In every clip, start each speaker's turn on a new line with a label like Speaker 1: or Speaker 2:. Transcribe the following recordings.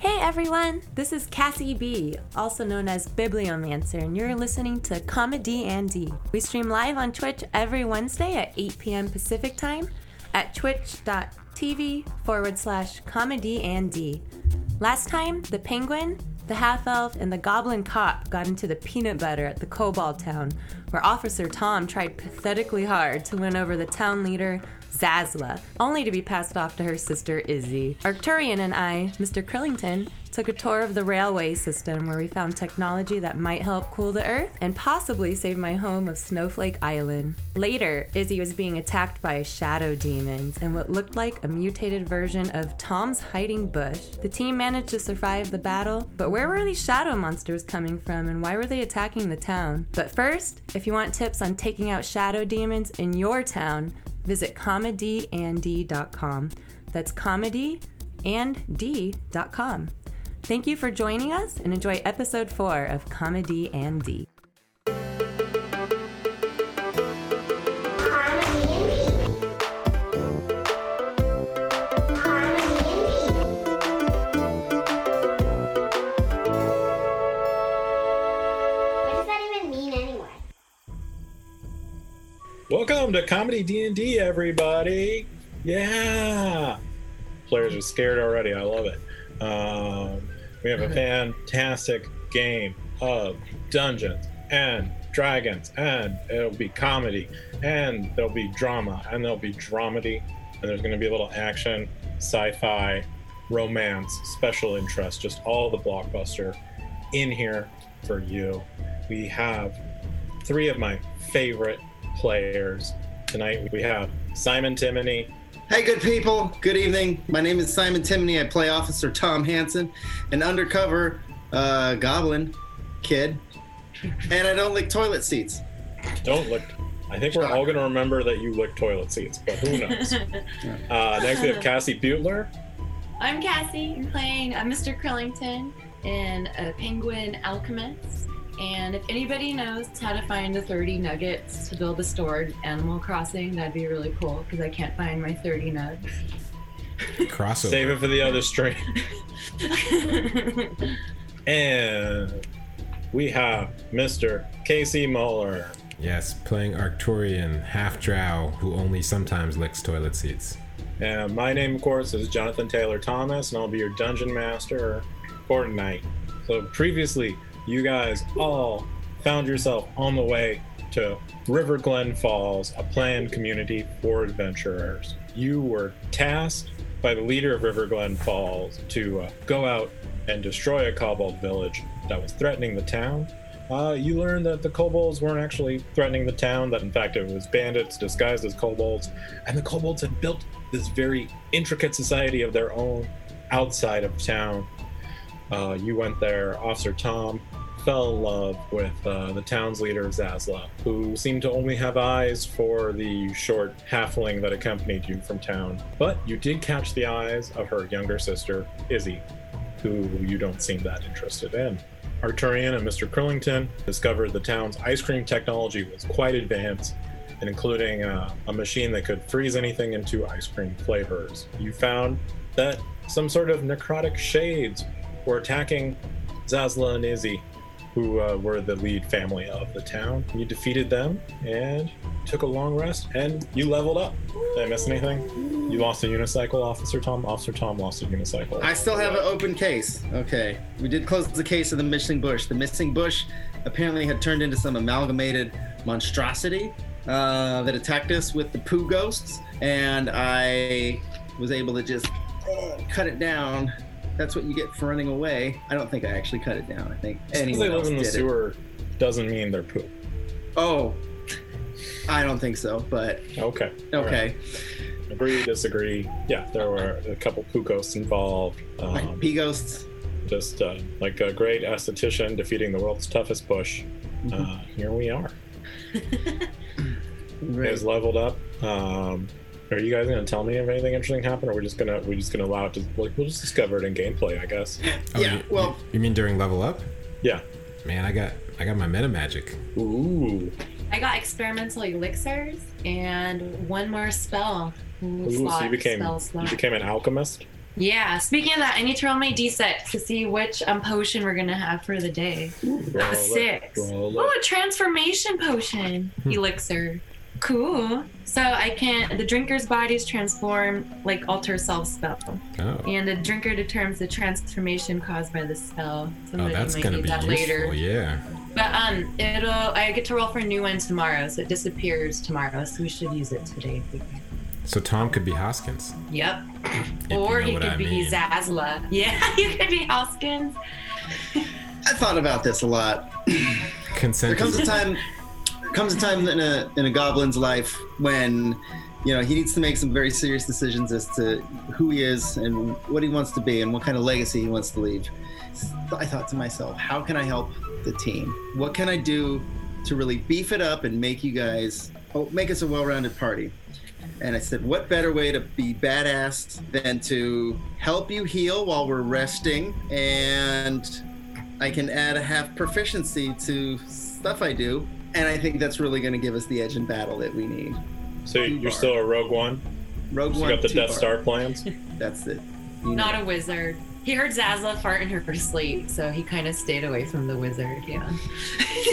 Speaker 1: Hi, everyone. This is Cassie B, also known as Bibliomancer, and you're listening to Comedy and D. We stream live on Twitch every Wednesday at 8 p.m. Pacific time at twitch.tv forward slash comedy and D. Last time, the penguin, the half elf, and the goblin cop got into the peanut butter at the Cobalt Town, where Officer Tom tried pathetically hard to win over the town leader, Zazla, only to be passed off to her sister, Izzy. Arcturian and I, Mr. Curlington, took a tour of the railway system where we found technology that might help cool the earth and possibly save my home of Snowflake Island. Later, Izzy was being attacked by shadow demons and what looked like a mutated version of Tom's hiding bush. The team managed to survive the battle, but where were these shadow monsters coming from and why were they attacking the town? But first, if you want tips on taking out shadow demons in your town, visit comedyand.com. That's comedyand.com. Thank you for joining us and enjoy episode four of Comedy and D.
Speaker 2: What does that even mean anyway?
Speaker 3: Welcome to Comedy D&D, everybody. Yeah. Players are scared already. I love it. Um, we have a fantastic game of Dungeons and Dragons, and it'll be comedy, and there'll be drama, and there'll be dramedy, and there's going to be a little action, sci-fi, romance, special interest, just all the blockbuster in here for you. We have three of my favorite players tonight. We have Simon Timoney.
Speaker 4: Hey, good people. Good evening. My name is Simon Timoney. I play Officer Tom Hansen, an undercover uh, goblin kid, and I don't lick toilet seats.
Speaker 3: Don't look. I think we're all going to remember that you lick toilet seats, but who knows? uh, next, we have Cassie Butler.
Speaker 5: I'm Cassie. I'm playing uh, Mr. Curlington in a Penguin Alchemist. And if anybody knows how to find the 30 nuggets to build a stored Animal Crossing, that'd be really cool because I can't find my 30 nugs.
Speaker 6: crossover.
Speaker 3: Save it for the other stream. And we have Mr. Casey Muller.
Speaker 6: Yes, playing Arcturian half drow who only sometimes licks toilet seats.
Speaker 3: And Uh, my name, of course, is Jonathan Taylor Thomas, and I'll be your dungeon master for tonight. So previously, you guys all found yourself on the way to River Glen Falls, a planned community for adventurers. You were tasked by the leader of River Glen Falls to uh, go out and destroy a kobold village that was threatening the town. Uh, you learned that the kobolds weren't actually threatening the town, that in fact it was bandits disguised as kobolds, and the kobolds had built this very intricate society of their own outside of town. Uh, you went there, Officer Tom fell in love with uh, the town's leader, Zazla, who seemed to only have eyes for the short halfling that accompanied you from town. But you did catch the eyes of her younger sister, Izzy, who you don't seem that interested in. Arturian and Mr. Curlington discovered the town's ice cream technology was quite advanced, and including uh, a machine that could freeze anything into ice cream flavors. You found that some sort of necrotic shades were attacking Zazla and Izzy, who uh, were the lead family of the town. You defeated them and took a long rest, and you leveled up. Did I miss anything? You lost a unicycle, Officer Tom. Officer Tom lost a unicycle.
Speaker 4: I still have an open case. Okay. We did close the case of the missing bush. The missing bush apparently had turned into some amalgamated monstrosity uh, that attacked us with the poo ghosts, and I was able to just uh, cut it down. That's what you get for running away. I don't think I actually cut it down. I think
Speaker 3: Because they
Speaker 4: anyone
Speaker 3: live
Speaker 4: else
Speaker 3: in the
Speaker 4: did it.
Speaker 3: sewer doesn't mean they're poop.
Speaker 4: Oh, I don't think so, but
Speaker 3: Okay. All
Speaker 4: okay.
Speaker 3: right. Agree, disagree. Yeah, there were a couple poo ghosts involved.
Speaker 4: Like
Speaker 3: Um,
Speaker 4: pea ghosts.
Speaker 3: just uh, like a great esthetician defeating the world's toughest bush.
Speaker 4: Mm-hmm.
Speaker 3: Uh, here we are.
Speaker 4: Right.
Speaker 3: Is leveled up. Um, are you guys gonna tell me if anything interesting happened, or we're just gonna we're just gonna allow it to like we'll just discover it in gameplay, I guess.
Speaker 4: yeah,
Speaker 6: Oh, you,
Speaker 4: well,
Speaker 6: you mean during level up?
Speaker 3: Yeah.
Speaker 6: Man, I got I got my meta magic.
Speaker 3: Ooh.
Speaker 5: I got experimental elixirs and one more spell.
Speaker 3: Ooh so you became you became an alchemist.
Speaker 5: Yeah. Speaking of that, I need to roll my D set to see which um, potion we're gonna have for the day.
Speaker 3: Roll
Speaker 5: A
Speaker 3: it,
Speaker 5: six.
Speaker 3: Oh, roll
Speaker 5: Oh,
Speaker 3: it.
Speaker 5: a transformation potion
Speaker 6: Hmm.
Speaker 5: elixir. Cool. So I can the drinker's bodies transform like alter self spell,
Speaker 6: Oh,
Speaker 5: and the drinker determines the transformation caused by the spell.
Speaker 6: oh
Speaker 5: Somebody
Speaker 6: that's
Speaker 5: might
Speaker 6: gonna
Speaker 5: need
Speaker 6: be
Speaker 5: that
Speaker 6: useful. Yeah.
Speaker 5: But um, it'll I get to roll for a new one tomorrow, so it disappears tomorrow. So we should use it today. If we can.
Speaker 6: So Tom could be Hoskins.
Speaker 5: Yep.
Speaker 6: you
Speaker 5: or
Speaker 6: know
Speaker 5: he
Speaker 6: what
Speaker 5: could
Speaker 6: I
Speaker 5: be
Speaker 6: mean.
Speaker 5: Zazla. Yeah, you could be Hoskins.
Speaker 4: I thought about this a lot. There
Speaker 6: Consent.
Speaker 4: comes a
Speaker 6: is-
Speaker 4: time, there comes a time in a in a goblin's life when, you know, he needs to make some very serious decisions as to who he is and what he wants to be and what kind of legacy he wants to leave. So I thought to myself, how can I help the team? What can I do to really beef it up and make you guys, oh, make us a well-rounded party? And I said, what better way to be badass than to help you heal while we're resting? And I can add a half proficiency to stuff I do. And I think that's really going to give us the edge in battle that we need.
Speaker 3: So
Speaker 4: two
Speaker 3: you're
Speaker 4: bar.
Speaker 3: still a rogue one.
Speaker 4: Rogue
Speaker 3: You
Speaker 4: One.
Speaker 3: got the
Speaker 4: two
Speaker 3: Death
Speaker 4: bar.
Speaker 3: Star plans.
Speaker 4: That's it. You know.
Speaker 5: Not a wizard. He heard Zazla fart in her sleep, so he kind of stayed away from the wizard. Yeah.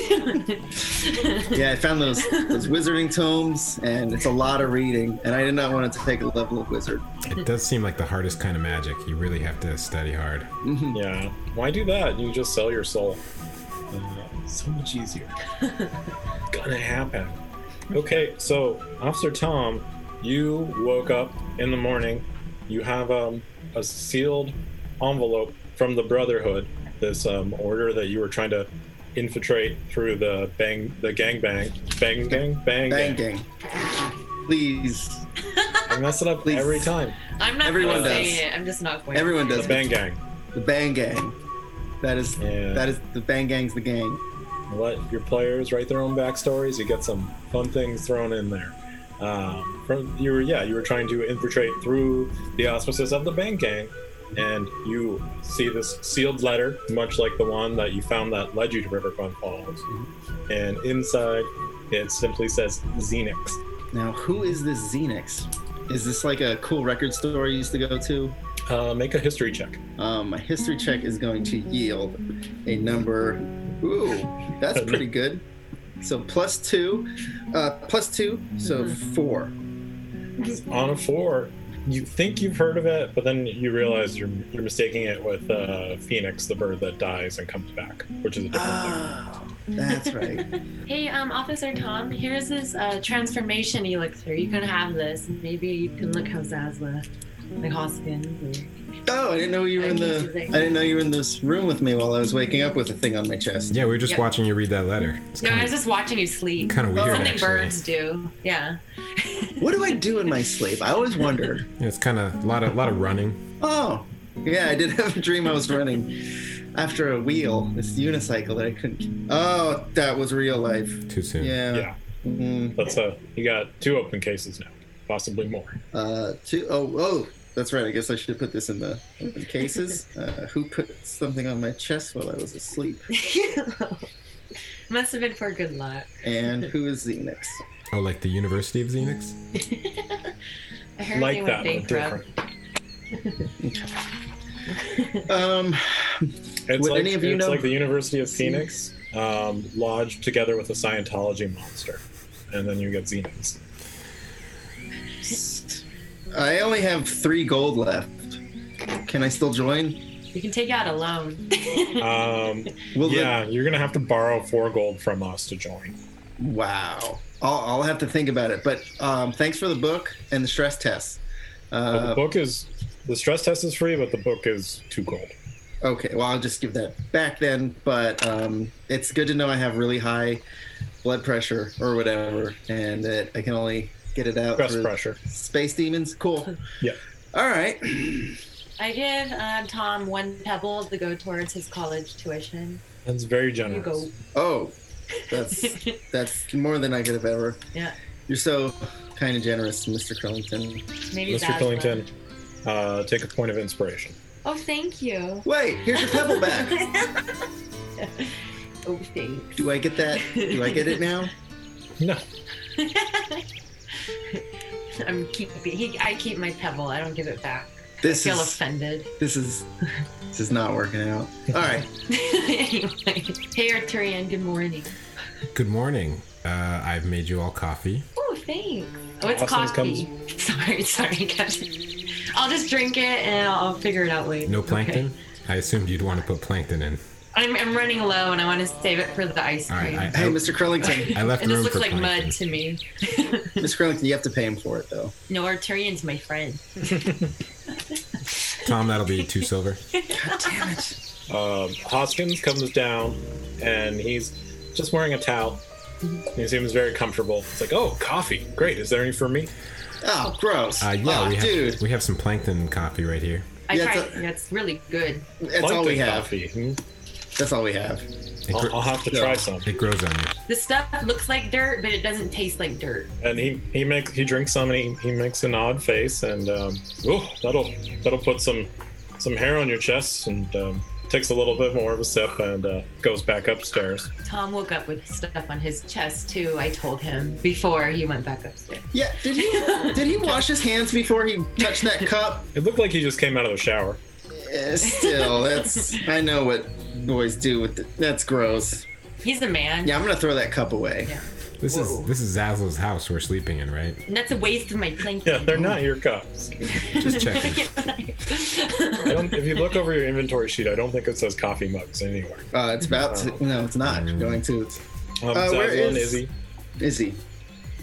Speaker 4: yeah, I found those those wizarding tomes, and it's a lot of reading. And I did not want to take a level of wizard.
Speaker 6: It does seem like the hardest kind of magic. You really have to study hard.
Speaker 3: Yeah. Why do that? You just sell your soul. Uh, so much easier. Gonna happen. Okay, so Officer Tom, you woke up in the morning. You have um, a sealed envelope from the Brotherhood, this um, order that you were trying to infiltrate through the bang, the gang bang, bang gang, bang, gang.
Speaker 4: Bang gang. Please,
Speaker 3: I mess it up
Speaker 4: Please.
Speaker 3: every time.
Speaker 5: I'm not
Speaker 4: Everyone
Speaker 5: going to say
Speaker 4: does.
Speaker 5: it. I'm just not going
Speaker 4: everyone
Speaker 5: to.
Speaker 4: does
Speaker 3: Bang gang.
Speaker 4: the bang gang. That is
Speaker 3: Yeah.
Speaker 4: that is the bang gang's the gang.
Speaker 3: let your players write their own backstories. You get some fun things thrown in there. Um, from you were yeah you were trying to infiltrate through the auspices of the bank gang, and you see this sealed letter, much like the one that you found that led you to Riverfront Falls, and inside it simply says Xenix.
Speaker 4: Now, who is this Xenix? Is this like a cool record store I used to go to?
Speaker 3: Uh, make a history check.
Speaker 4: Um, my history check is going to yield a number. Ooh, that's pretty good. So plus two, uh, plus two, so four.
Speaker 3: On a four, you think you've heard of it, but then you realize you're you're mistaking it with uh, Phoenix, the bird that dies and comes back, which is a different thing.
Speaker 4: Oh, that's right.
Speaker 5: Hey, um, Officer Tom, here's this uh, transformation elixir. You can have this. Maybe you can look how Zazla, like Hoskins. or-
Speaker 4: Oh, I didn't know you were in the. I didn't know you were in this room with me while I was waking up with a thing on my chest.
Speaker 6: Yeah, we were just
Speaker 5: Yep.
Speaker 6: watching you read that letter. It's
Speaker 5: No, I
Speaker 6: kind
Speaker 5: was
Speaker 6: of
Speaker 5: just watching you sleep.
Speaker 6: kind of weird.
Speaker 5: Something
Speaker 6: actually.
Speaker 5: birds do. Yeah.
Speaker 4: What do I do in my sleep? I always wonder.
Speaker 6: Yeah, it's kind of a lot of lot of running.
Speaker 4: Oh, yeah, I did have a dream I was running after a wheel, this unicycle that I couldn't. Oh, that was real life.
Speaker 6: Too soon.
Speaker 4: Yeah.
Speaker 3: Yeah.
Speaker 4: Mm,
Speaker 3: That's uh you got two open cases now, possibly more.
Speaker 4: uh, two, oh, oh, that's right. I guess I should have put this in the open cases. Uh, who put something on my chest while I was asleep?
Speaker 5: Must have been for good luck.
Speaker 4: And who is Xenix?
Speaker 6: Oh, like the University of Xenix?
Speaker 5: I heard they
Speaker 3: like
Speaker 5: went
Speaker 3: that, but
Speaker 5: bankrupt.
Speaker 3: different.
Speaker 4: Um,
Speaker 3: It's
Speaker 4: Would
Speaker 3: like,
Speaker 4: any of you
Speaker 3: it's
Speaker 4: know-
Speaker 3: like the University of Phoenix um, lodged together with a Scientology monster, and then you get Xenix.
Speaker 4: I only have three gold left. Can I still join?
Speaker 5: You can take out a loan.
Speaker 3: Um,
Speaker 4: Will the-
Speaker 3: yeah, you're gonna have to borrow four gold from us to join.
Speaker 4: wow. I'll, I'll have to think about it. But um, thanks for the book and the stress test.
Speaker 3: But the
Speaker 4: Uh,
Speaker 3: book is the stress test is free, but the book is two gold.
Speaker 4: Okay, well, I'll just give that back then. But um, it's good to know I have really high blood pressure or whatever, and that I can only get it out
Speaker 3: Stress
Speaker 4: through
Speaker 3: pressure.
Speaker 4: space demons. Cool.
Speaker 3: Yeah.
Speaker 4: All right.
Speaker 5: I give um, Tom one pebble to go towards his college tuition.
Speaker 3: That's very
Speaker 5: You
Speaker 3: generous.
Speaker 5: go.
Speaker 4: Oh, that's that's more than I could have ever.
Speaker 5: Yeah.
Speaker 4: You're so kind and generous, Mr. Curlington.
Speaker 5: Maybe
Speaker 3: Mr.
Speaker 5: Zazla.
Speaker 3: Killington, uh, take a point of inspiration.
Speaker 5: Oh, thank you.
Speaker 4: Wait, here's your pebble back.
Speaker 5: Oh, thanks.
Speaker 4: Do I get that? Do I get it now?
Speaker 3: No,
Speaker 5: I'm keeping. He, I keep my pebble. I don't give it back.
Speaker 4: This
Speaker 5: feel
Speaker 4: is
Speaker 5: offended.
Speaker 4: this is this is not working out. All right.
Speaker 5: anyway, hey Arturian, good morning.
Speaker 6: Good morning. Uh, I've made you all coffee.
Speaker 5: Oh, thanks. Oh, it's
Speaker 3: Awesome
Speaker 5: coffee. Sorry, sorry, Captain. I'll just drink it and I'll, I'll figure it out later.
Speaker 6: No
Speaker 5: Okay.
Speaker 6: plankton? I assumed you'd want to put plankton in.
Speaker 5: I'm, I'm running low and I want to save it for the ice
Speaker 6: All right,
Speaker 5: cream.
Speaker 6: I-
Speaker 4: Hey, Mr. Curlington.
Speaker 6: I left
Speaker 5: and this
Speaker 6: room
Speaker 5: looks
Speaker 6: for
Speaker 5: like
Speaker 6: plankton.
Speaker 5: mud to me.
Speaker 4: Mr. Curlington, you have to pay him for it though.
Speaker 5: no, Arturian's my friend.
Speaker 6: Tom, that'll be two silver. Uh,
Speaker 4: God damn it.
Speaker 3: Um, Hoskins comes down and he's just wearing a towel. He seems very comfortable. It's like, oh, coffee. Great. Is there any for me?
Speaker 4: Oh, gross.
Speaker 6: Uh, yeah,
Speaker 4: oh,
Speaker 6: we have
Speaker 4: dude.
Speaker 6: we have some plankton coffee right here.
Speaker 5: I
Speaker 4: Yeah, it's
Speaker 5: tried. That's really good.
Speaker 4: That's all we
Speaker 3: Plankton
Speaker 4: have.
Speaker 3: Coffee. Hmm?
Speaker 4: That's all we have.
Speaker 6: It,
Speaker 3: I'll,
Speaker 6: gr-
Speaker 3: I'll have to
Speaker 4: Yeah.
Speaker 3: try some.
Speaker 6: it grows on you.
Speaker 5: The stuff looks like dirt, but it doesn't taste like dirt.
Speaker 3: And he he makes he drinks some and he, he makes an odd face and um, ooh, that'll that'll put some some hair on your chest and um, takes a little bit more of a sip and uh, goes back upstairs.
Speaker 5: Tom woke up with stuff on his chest too. I told him before he went back upstairs.
Speaker 4: Yeah, did he did he wash his hands before he touched that cup?
Speaker 3: It looked like he just came out of the shower.
Speaker 4: Eh, still, that's I know what boys do with the, that's gross.
Speaker 5: He's a man.
Speaker 4: Yeah, I'm gonna throw that cup away.
Speaker 5: Yeah.
Speaker 6: This
Speaker 5: Whoa.
Speaker 6: is this is Zazzle's house we're sleeping in, right?
Speaker 5: And that's a waste of my plankton.
Speaker 3: Yeah, they're not your cups.
Speaker 6: Just checking.
Speaker 3: I don't, if you look over your inventory sheet, I don't think it says coffee mugs anywhere.
Speaker 4: Uh, it's about to, no, it's not going to. It's,
Speaker 3: Um,
Speaker 4: Uh, where
Speaker 3: Zazzle and
Speaker 4: is-
Speaker 3: Izzy,
Speaker 4: Izzy.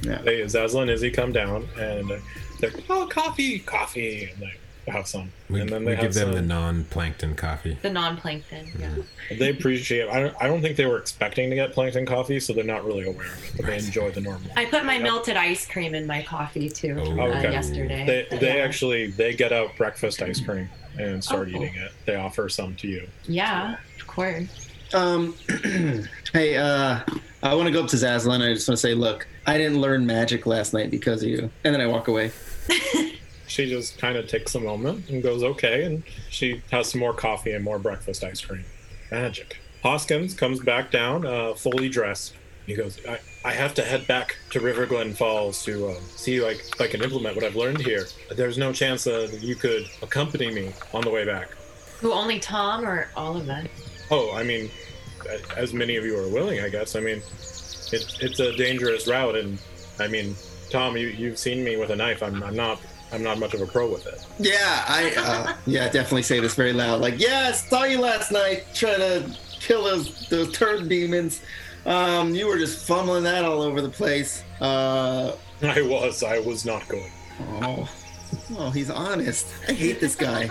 Speaker 4: Yeah.
Speaker 3: they Zazzle and Izzy come down and they're oh coffee, coffee, and they have some.
Speaker 6: We,
Speaker 3: and then
Speaker 6: we
Speaker 3: they have
Speaker 6: give them the
Speaker 3: some.
Speaker 6: non-plankton coffee.
Speaker 5: the non-plankton. Yeah.
Speaker 3: They appreciate. I don't, I don't think they were expecting to get plankton coffee, so they're not really aware of it, but they enjoy the normal.
Speaker 5: I put my melted ice cream in my coffee too
Speaker 6: Oh.
Speaker 5: uh,
Speaker 3: Okay.
Speaker 5: yesterday.
Speaker 3: They
Speaker 5: But,
Speaker 3: they
Speaker 5: yeah.
Speaker 3: actually they get out breakfast ice cream and start
Speaker 5: Oh, cool.
Speaker 3: eating it. They offer some to you.
Speaker 5: Yeah, of course.
Speaker 4: Um, hey, uh, I want to go up to Zaslin. I just want to say, look, I didn't learn magic last night because of you. And then I walk away.
Speaker 3: She just kind of takes a moment and goes okay, and she has some more coffee and more breakfast ice cream. Magic. Hoskins comes back down, uh, fully dressed. He goes, I, I have to head back to River Glen Falls to uh, see like if I can implement what I've learned here. There's no chance that you could accompany me on the way back.
Speaker 5: Who only Tom or all of us?
Speaker 3: Oh, I mean, a- as many of you are willing, I guess. I mean, it, it's a dangerous route, and I mean, Tom, you, you've seen me with a knife. I'm, I'm not I'm not much of a pro with it.
Speaker 4: Yeah, I, uh, yeah, definitely say this very loud. Like, yeah, I saw you last night trying to kill those, those turd demons. Um, you were just fumbling that all over the place. Uh,
Speaker 3: I was I was not good.
Speaker 4: oh, oh, he's honest. I hate this guy.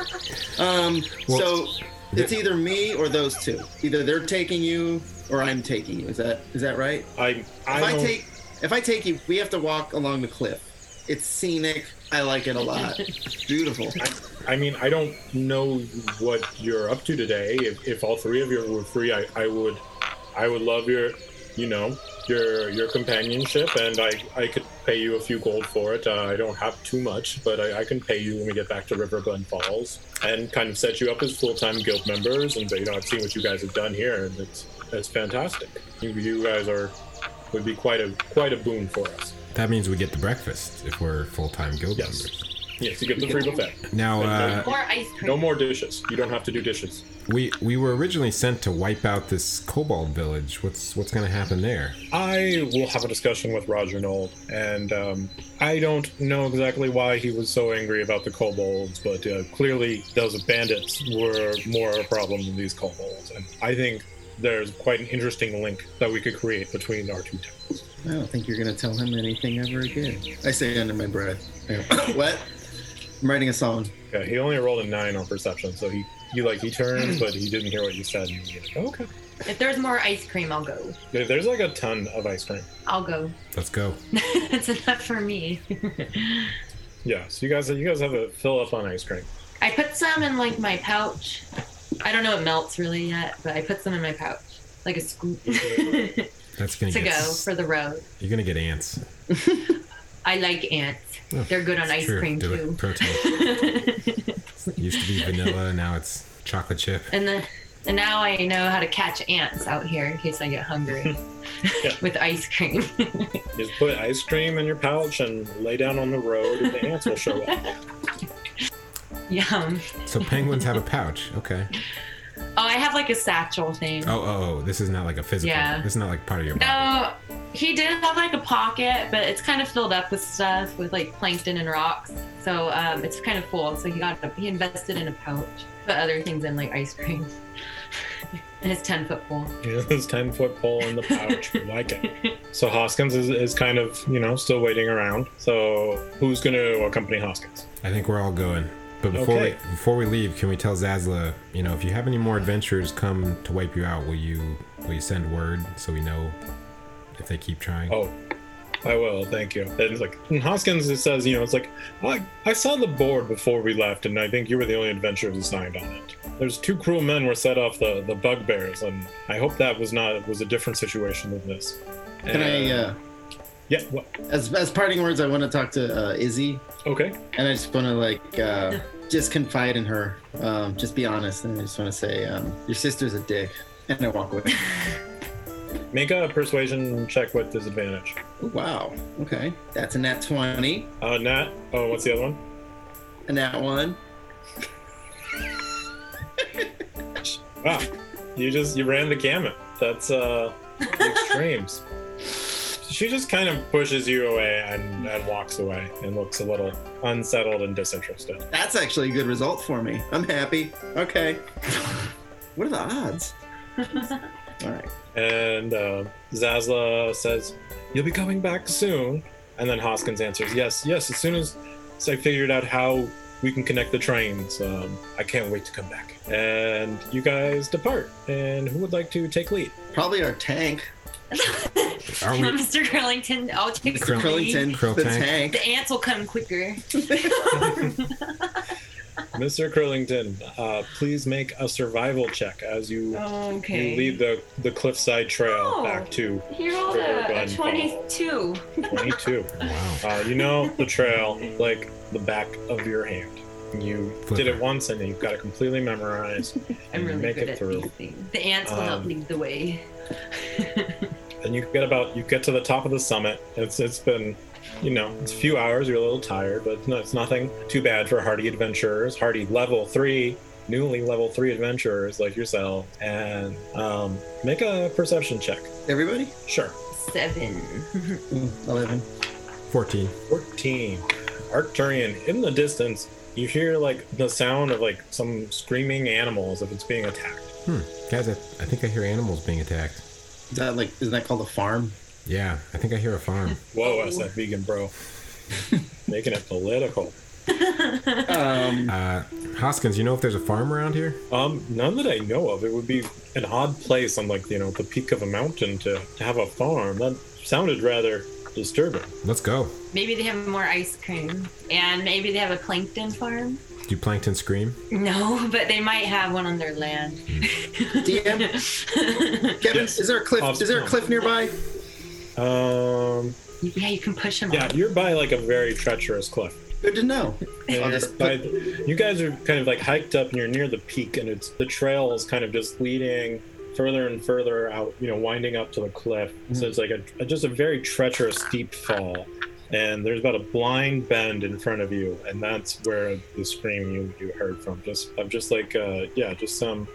Speaker 4: Um,
Speaker 6: Well-
Speaker 4: so it's either me or those two. Either they're taking you or I'm taking you. Is that, is that right?
Speaker 3: I I,
Speaker 4: If I,
Speaker 3: don't-
Speaker 4: take if I take you, we have to walk along the cliff. It's scenic. I like it a lot. It's Beautiful.
Speaker 3: I mean, I don't know what you're up to today. If, if all three of you were free, I, I would, I would love your, you know, your your companionship, and I I could pay you a few gold for it. Uh, I don't have too much, but I, I can pay you when we get back to River Glen Falls, and kind of set you up as full time guild members. And you know, I've seen what you guys have done here, and it's it's fantastic. You, you guys are would be quite a quite a boon for us.
Speaker 6: That means we get the breakfast if we're full-time guild
Speaker 3: Yes.
Speaker 6: members.
Speaker 3: Yes, you get the free buffet.
Speaker 6: Now, uh,
Speaker 5: More ice cream.
Speaker 3: No more dishes. You don't have to do dishes.
Speaker 6: we we were originally sent to wipe out this kobold village. What's what's going to happen there?
Speaker 3: Uh, I will have a discussion with Roger Nold, and um, I don't know exactly why he was so angry about the kobolds, but uh, clearly those bandits were more of a problem than these kobolds, and I think there's quite an interesting link that we could create between our two towns.
Speaker 4: I don't think you're gonna tell him anything ever again. I say under my breath. I go, what? I'm writing a song.
Speaker 3: Yeah, he only rolled a nine on perception, so he, he like he turned, but he didn't hear what you said. And he was like, okay,
Speaker 5: If there's more ice cream, I'll go.
Speaker 3: There- there's like a ton of ice cream.
Speaker 5: I'll go.
Speaker 6: Let's go.
Speaker 5: it's enough for me.
Speaker 3: Yeah, so you guys you guys have a fill up on ice cream.
Speaker 5: I put some in like my pouch. I don't know it melts really yet, but I put some in my pouch, like a scoop, to
Speaker 6: That's going to
Speaker 5: go
Speaker 6: get
Speaker 5: for the road.
Speaker 6: You're going to get ants.
Speaker 5: I like ants.
Speaker 6: Oh,
Speaker 5: They're good on
Speaker 6: it's
Speaker 5: ice
Speaker 6: true.
Speaker 5: cream
Speaker 6: Do
Speaker 5: too.
Speaker 6: It. Protein. Used to be vanilla, now it's chocolate chip.
Speaker 5: and then and now I know how to catch ants out here in case I get hungry
Speaker 3: Yeah.
Speaker 5: with ice cream.
Speaker 3: You just put ice cream in your pouch and lay down on the road, and the ants will show up.
Speaker 5: Yum.
Speaker 6: So penguins have a pouch. Okay.
Speaker 5: Oh, I have like a satchel thing.
Speaker 6: Oh, oh, oh, this is not like a physical.
Speaker 5: Yeah.
Speaker 6: This is not like part of your body.
Speaker 5: No, he did have like a pocket, but it's kind of filled up with stuff with like plankton and rocks. So um, it's kind of full. So he got a, he invested in a pouch, put other things in like ice cream, and it's ten foot pole.
Speaker 3: Here's this 10 foot pole in the pouch. We like it. So Hoskins is, is kind of, you know, still waiting around. So who's going to accompany Hoskins?
Speaker 6: I think we're all going. But before
Speaker 3: Okay.
Speaker 6: we before we leave, can we tell Zazla, you know, if you have any more adventurers come to wipe you out, will you will you send word so we know if they keep trying?
Speaker 3: Oh, I will. Thank you. And it's like, and Hoskins just says, you know, it's like, I, I saw the board before we left, and I think you were the only adventurers assigned on it. There's two cruel men were set off the, the bugbears, and I hope that was not was a different situation than this.
Speaker 4: Can I, uh,
Speaker 3: Yeah. What?
Speaker 4: as, as parting words, I want to talk to uh, Izzy,
Speaker 3: Okay.
Speaker 4: and I just want to like uh, just confide in her, um, just be honest, and I just want to say um, your sister's a dick, and I walk away.
Speaker 3: Make a persuasion check with disadvantage.
Speaker 4: Ooh, wow. Okay, that's a nat twenty,
Speaker 3: Uh, Nat. Oh, what's the other one?
Speaker 4: a nat one.
Speaker 3: Wow. You just you ran the gamut. That's uh the extremes. She just kind of pushes you away and, and walks away and looks a little unsettled and disinterested.
Speaker 4: That's actually a good result for me. I'm happy. Okay. what are the odds? All right.
Speaker 3: And uh, Zazla says, You'll be coming back soon. And then Hoskins answers, Yes, yes, as soon as as I figured out how we can connect the trains, um, I can't wait to come back. And you guys depart. And who would like to take lead?
Speaker 4: Probably our tank,
Speaker 6: Are we-
Speaker 5: Mr. Curlington, I'll take
Speaker 6: Mr.
Speaker 5: the lead.
Speaker 4: Curlington,
Speaker 6: Krill
Speaker 4: the
Speaker 6: tank.
Speaker 4: tank.
Speaker 5: The ants will come quicker.
Speaker 3: Mr. Curlington, uh, please make a survival check as you
Speaker 5: Okay.
Speaker 3: You lead the the cliffside trail
Speaker 5: Oh.
Speaker 3: back to
Speaker 5: He rolled a, a 22.
Speaker 3: 22.
Speaker 6: Oh, Wow.
Speaker 3: uh, you know the trail like the back of your hand. You
Speaker 6: Flip
Speaker 3: did
Speaker 6: it.
Speaker 3: it once and you've got it completely memorized.
Speaker 5: I'm
Speaker 3: and you
Speaker 5: really
Speaker 3: make
Speaker 5: good
Speaker 3: it
Speaker 5: at
Speaker 3: through.
Speaker 5: these things. The ants will help
Speaker 3: Um,
Speaker 5: lead the way.
Speaker 3: And you get about you get to the top of the summit. It's it's been you know it's a few hours. You're a little tired, but no, it's nothing too bad for hardy adventurers. Hardy level three. Newly level three adventurers like yourself, and um, make a perception check.
Speaker 4: Everybody?
Speaker 3: Sure.
Speaker 5: Seven.
Speaker 4: Mm, 11.
Speaker 6: Fourteen.
Speaker 3: 14. Arcturian, in the distance, you hear like the sound of like some screaming animals if it's being attacked.
Speaker 6: Hmm. Guys, I, I think I hear animals being attacked.
Speaker 4: Is that like, isn't that called a farm?
Speaker 6: Yeah, I think I hear a farm.
Speaker 3: Whoa, that's that vegan bro. Making it political.
Speaker 4: Um,
Speaker 6: Uh, Hoskins, you know if there's a farm around here?
Speaker 3: Um, none that I know of. It would be an odd place on like, you know, the peak of a mountain to, to have a farm. That sounded rather disturbing.
Speaker 6: Let's go.
Speaker 5: Maybe they have more ice cream. And maybe they have a plankton farm.
Speaker 6: Do plankton scream?
Speaker 5: No, but they might have one on their land.
Speaker 4: DM, Kevin,
Speaker 3: Yes.
Speaker 4: is there a cliff? Is there a cliff nearby?
Speaker 3: Um,
Speaker 5: yeah, you can push them
Speaker 3: yeah,
Speaker 5: off.
Speaker 3: you're by like a very treacherous cliff.
Speaker 4: Good to know.
Speaker 3: And
Speaker 4: I'll
Speaker 3: you're
Speaker 4: just
Speaker 3: by
Speaker 4: put,
Speaker 3: the- you guys are kind of like hiked up and you're near the peak and it's the trail is kind of just leading further and further out you know winding up to the cliff
Speaker 4: Mm-hmm.
Speaker 3: so it's like a, a- just a very treacherous steep fall and there's about a blind bend in front of you and that's where the scream you, you heard from just i'm just like uh yeah just some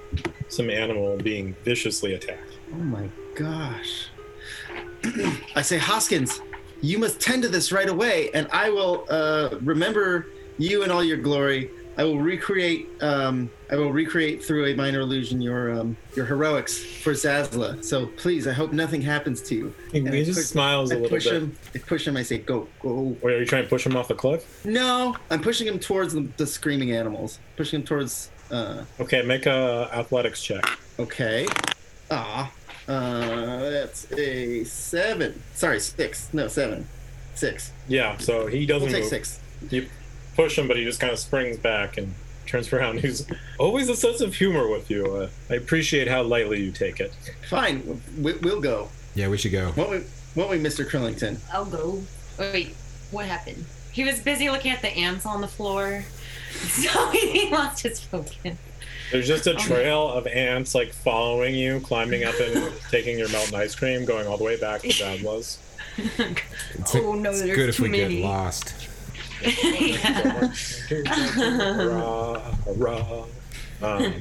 Speaker 3: some animal being viciously attacked
Speaker 4: oh my gosh. I say, Hoskins, you must tend to this right away, and I will uh, remember you in all your glory. I will recreate. Um, I will recreate through a minor illusion your um, your heroics for Zazla. So please, I hope nothing happens to you.
Speaker 3: he,
Speaker 4: And
Speaker 3: he
Speaker 4: I
Speaker 3: just
Speaker 4: push-
Speaker 3: smiles
Speaker 4: I
Speaker 3: a little bit
Speaker 4: push him. I push him. I say, go, go,
Speaker 3: Wait, are you trying to push him off a cliff
Speaker 4: No, I'm pushing him towards the, the screaming animals. Pushing him towards. Uh,
Speaker 3: okay make a athletics check
Speaker 4: okay. Ah. Uh, that's a seven. Sorry, six. No, seven. Six.
Speaker 3: yeah so he doesn't
Speaker 4: We'll take
Speaker 3: move.
Speaker 4: six.
Speaker 3: You push him, but he just kind of springs back and turns around. He's always a sense of humor with you. Uh, I appreciate how lightly you take it.
Speaker 4: Fine. We, we'll go.
Speaker 6: Yeah, we should go.
Speaker 4: Won't we, won't we, Mr. Curlington?
Speaker 5: I'll go. Oh, Wait, what happened? He was busy looking at the ants on the floor. So he lost his focus.
Speaker 3: There's just a trail of ants like following you, climbing up and taking your melted ice cream, going all the way back to Dadla's.
Speaker 6: It's,
Speaker 5: Oh, no,
Speaker 6: it's
Speaker 5: there's
Speaker 6: good if
Speaker 5: too
Speaker 6: we
Speaker 5: many.
Speaker 6: get lost.
Speaker 5: Yeah.
Speaker 3: Hurrah, hurrah. Um,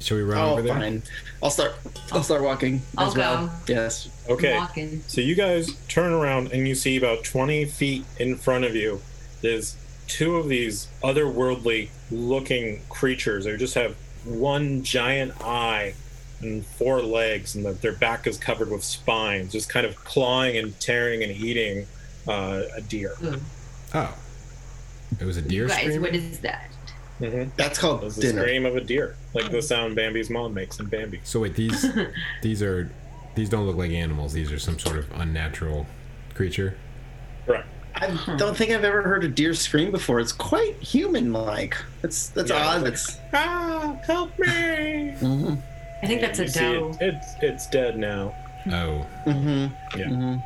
Speaker 6: Should we run
Speaker 4: Oh,
Speaker 6: over there?
Speaker 4: fine. I'll start. I'll start walking
Speaker 5: I'll
Speaker 4: as well.
Speaker 5: go.
Speaker 4: Yes.
Speaker 3: okay.
Speaker 5: Walking.
Speaker 3: So you guys turn around and you see about 20 feet in front of you, there's two of these otherworldly looking creatures. They just have one giant eye and four legs, and the, their back is covered with spines, just kind of clawing and tearing and eating uh, a deer.
Speaker 5: Ooh.
Speaker 6: Oh. It was a deer
Speaker 5: You guys,
Speaker 6: screaming?
Speaker 5: what is that?
Speaker 3: Mm-hmm.
Speaker 4: That's called
Speaker 3: That's the
Speaker 4: dinner.
Speaker 3: scream of a deer, like the sound Bambi's mom makes in Bambi.
Speaker 6: So wait, these these are these don't look like animals. These are some sort of unnatural creature.
Speaker 3: Correct.
Speaker 4: I don't think I've ever heard a deer scream before. It's quite human-like. That's that's
Speaker 3: Yeah.
Speaker 4: odd. It's
Speaker 3: Ah, help me!
Speaker 4: mhm,
Speaker 5: I think that's a
Speaker 3: You see it-
Speaker 5: doe.
Speaker 3: it's, it's dead now.
Speaker 6: Oh,
Speaker 4: mhm,
Speaker 3: Yeah.
Speaker 4: mhm.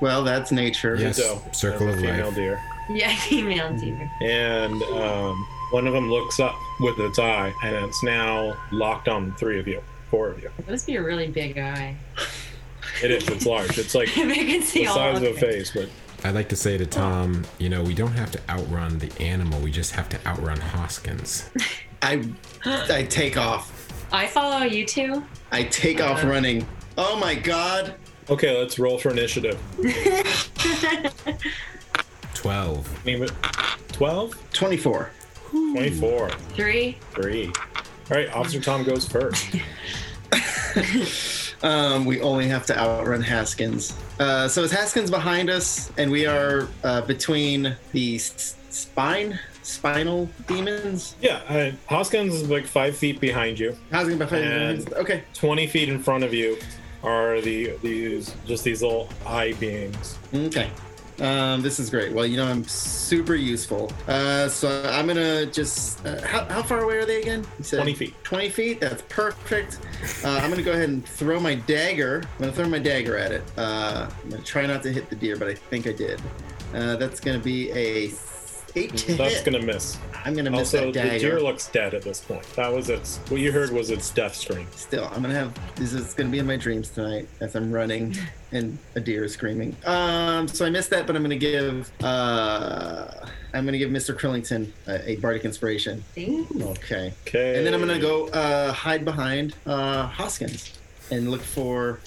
Speaker 4: Well, that's nature.
Speaker 6: Yes.
Speaker 3: It's a doe.
Speaker 6: circle
Speaker 3: It's a
Speaker 6: of
Speaker 3: female
Speaker 6: life.
Speaker 3: deer.
Speaker 5: Yeah, female deer.
Speaker 3: and um, one of them looks up with its eye, and it's now locked on the three of you, four of you.
Speaker 5: It must be a really big eye.
Speaker 3: It is. It's large. It's like
Speaker 5: If I can see
Speaker 3: the
Speaker 5: all
Speaker 3: size of a
Speaker 5: it.
Speaker 3: face, but
Speaker 6: I'd like to say to Tom, you know, we don't have to outrun the animal. We just have to outrun Hoskins.
Speaker 4: I I take off.
Speaker 5: I follow you two.
Speaker 4: I take off running. Oh my god.
Speaker 3: okay. Let's roll for initiative.
Speaker 6: Twelve.
Speaker 3: Name it. 12?
Speaker 4: 24.
Speaker 3: 24.
Speaker 5: Three.
Speaker 3: Three. All right. Officer Tom goes first.
Speaker 4: Um, we only have to outrun Haskins. Uh, so is Haskins behind us, and we are uh, between the s- spine, spinal demons.
Speaker 3: Yeah. Uh, Hoskins is like five feet behind you.
Speaker 4: Haskins behind.
Speaker 3: And-
Speaker 4: okay.
Speaker 3: 20 feet in front of you are the these just these little eye beings.
Speaker 4: Okay. Um, this is great. Well, you know I'm super useful. Uh, so I'm gonna just. Uh, how, how far away are they again? You said
Speaker 3: 20 feet.
Speaker 4: 20 feet. That's perfect. Uh, I'm gonna go ahead and throw my dagger. I'm gonna throw my dagger at it. Uh, I'm gonna try not to hit the deer, but I think I did. Uh, that's gonna be a eight. to
Speaker 3: That's
Speaker 4: hit.
Speaker 3: gonna miss.
Speaker 4: I'm gonna miss
Speaker 3: also, the
Speaker 4: that dagger.
Speaker 3: deer looks dead at this point. That was its. What you heard was its death scream.
Speaker 4: Still, I'm gonna have this is gonna be in my dreams tonight as I'm running and a deer is screaming. Um, so I missed that, but I'm gonna give uh, I'm gonna give Mr. Krillington a, a bardic inspiration. Okay,
Speaker 3: Okay.
Speaker 4: and then I'm gonna go uh, hide behind uh, Hoskins and look for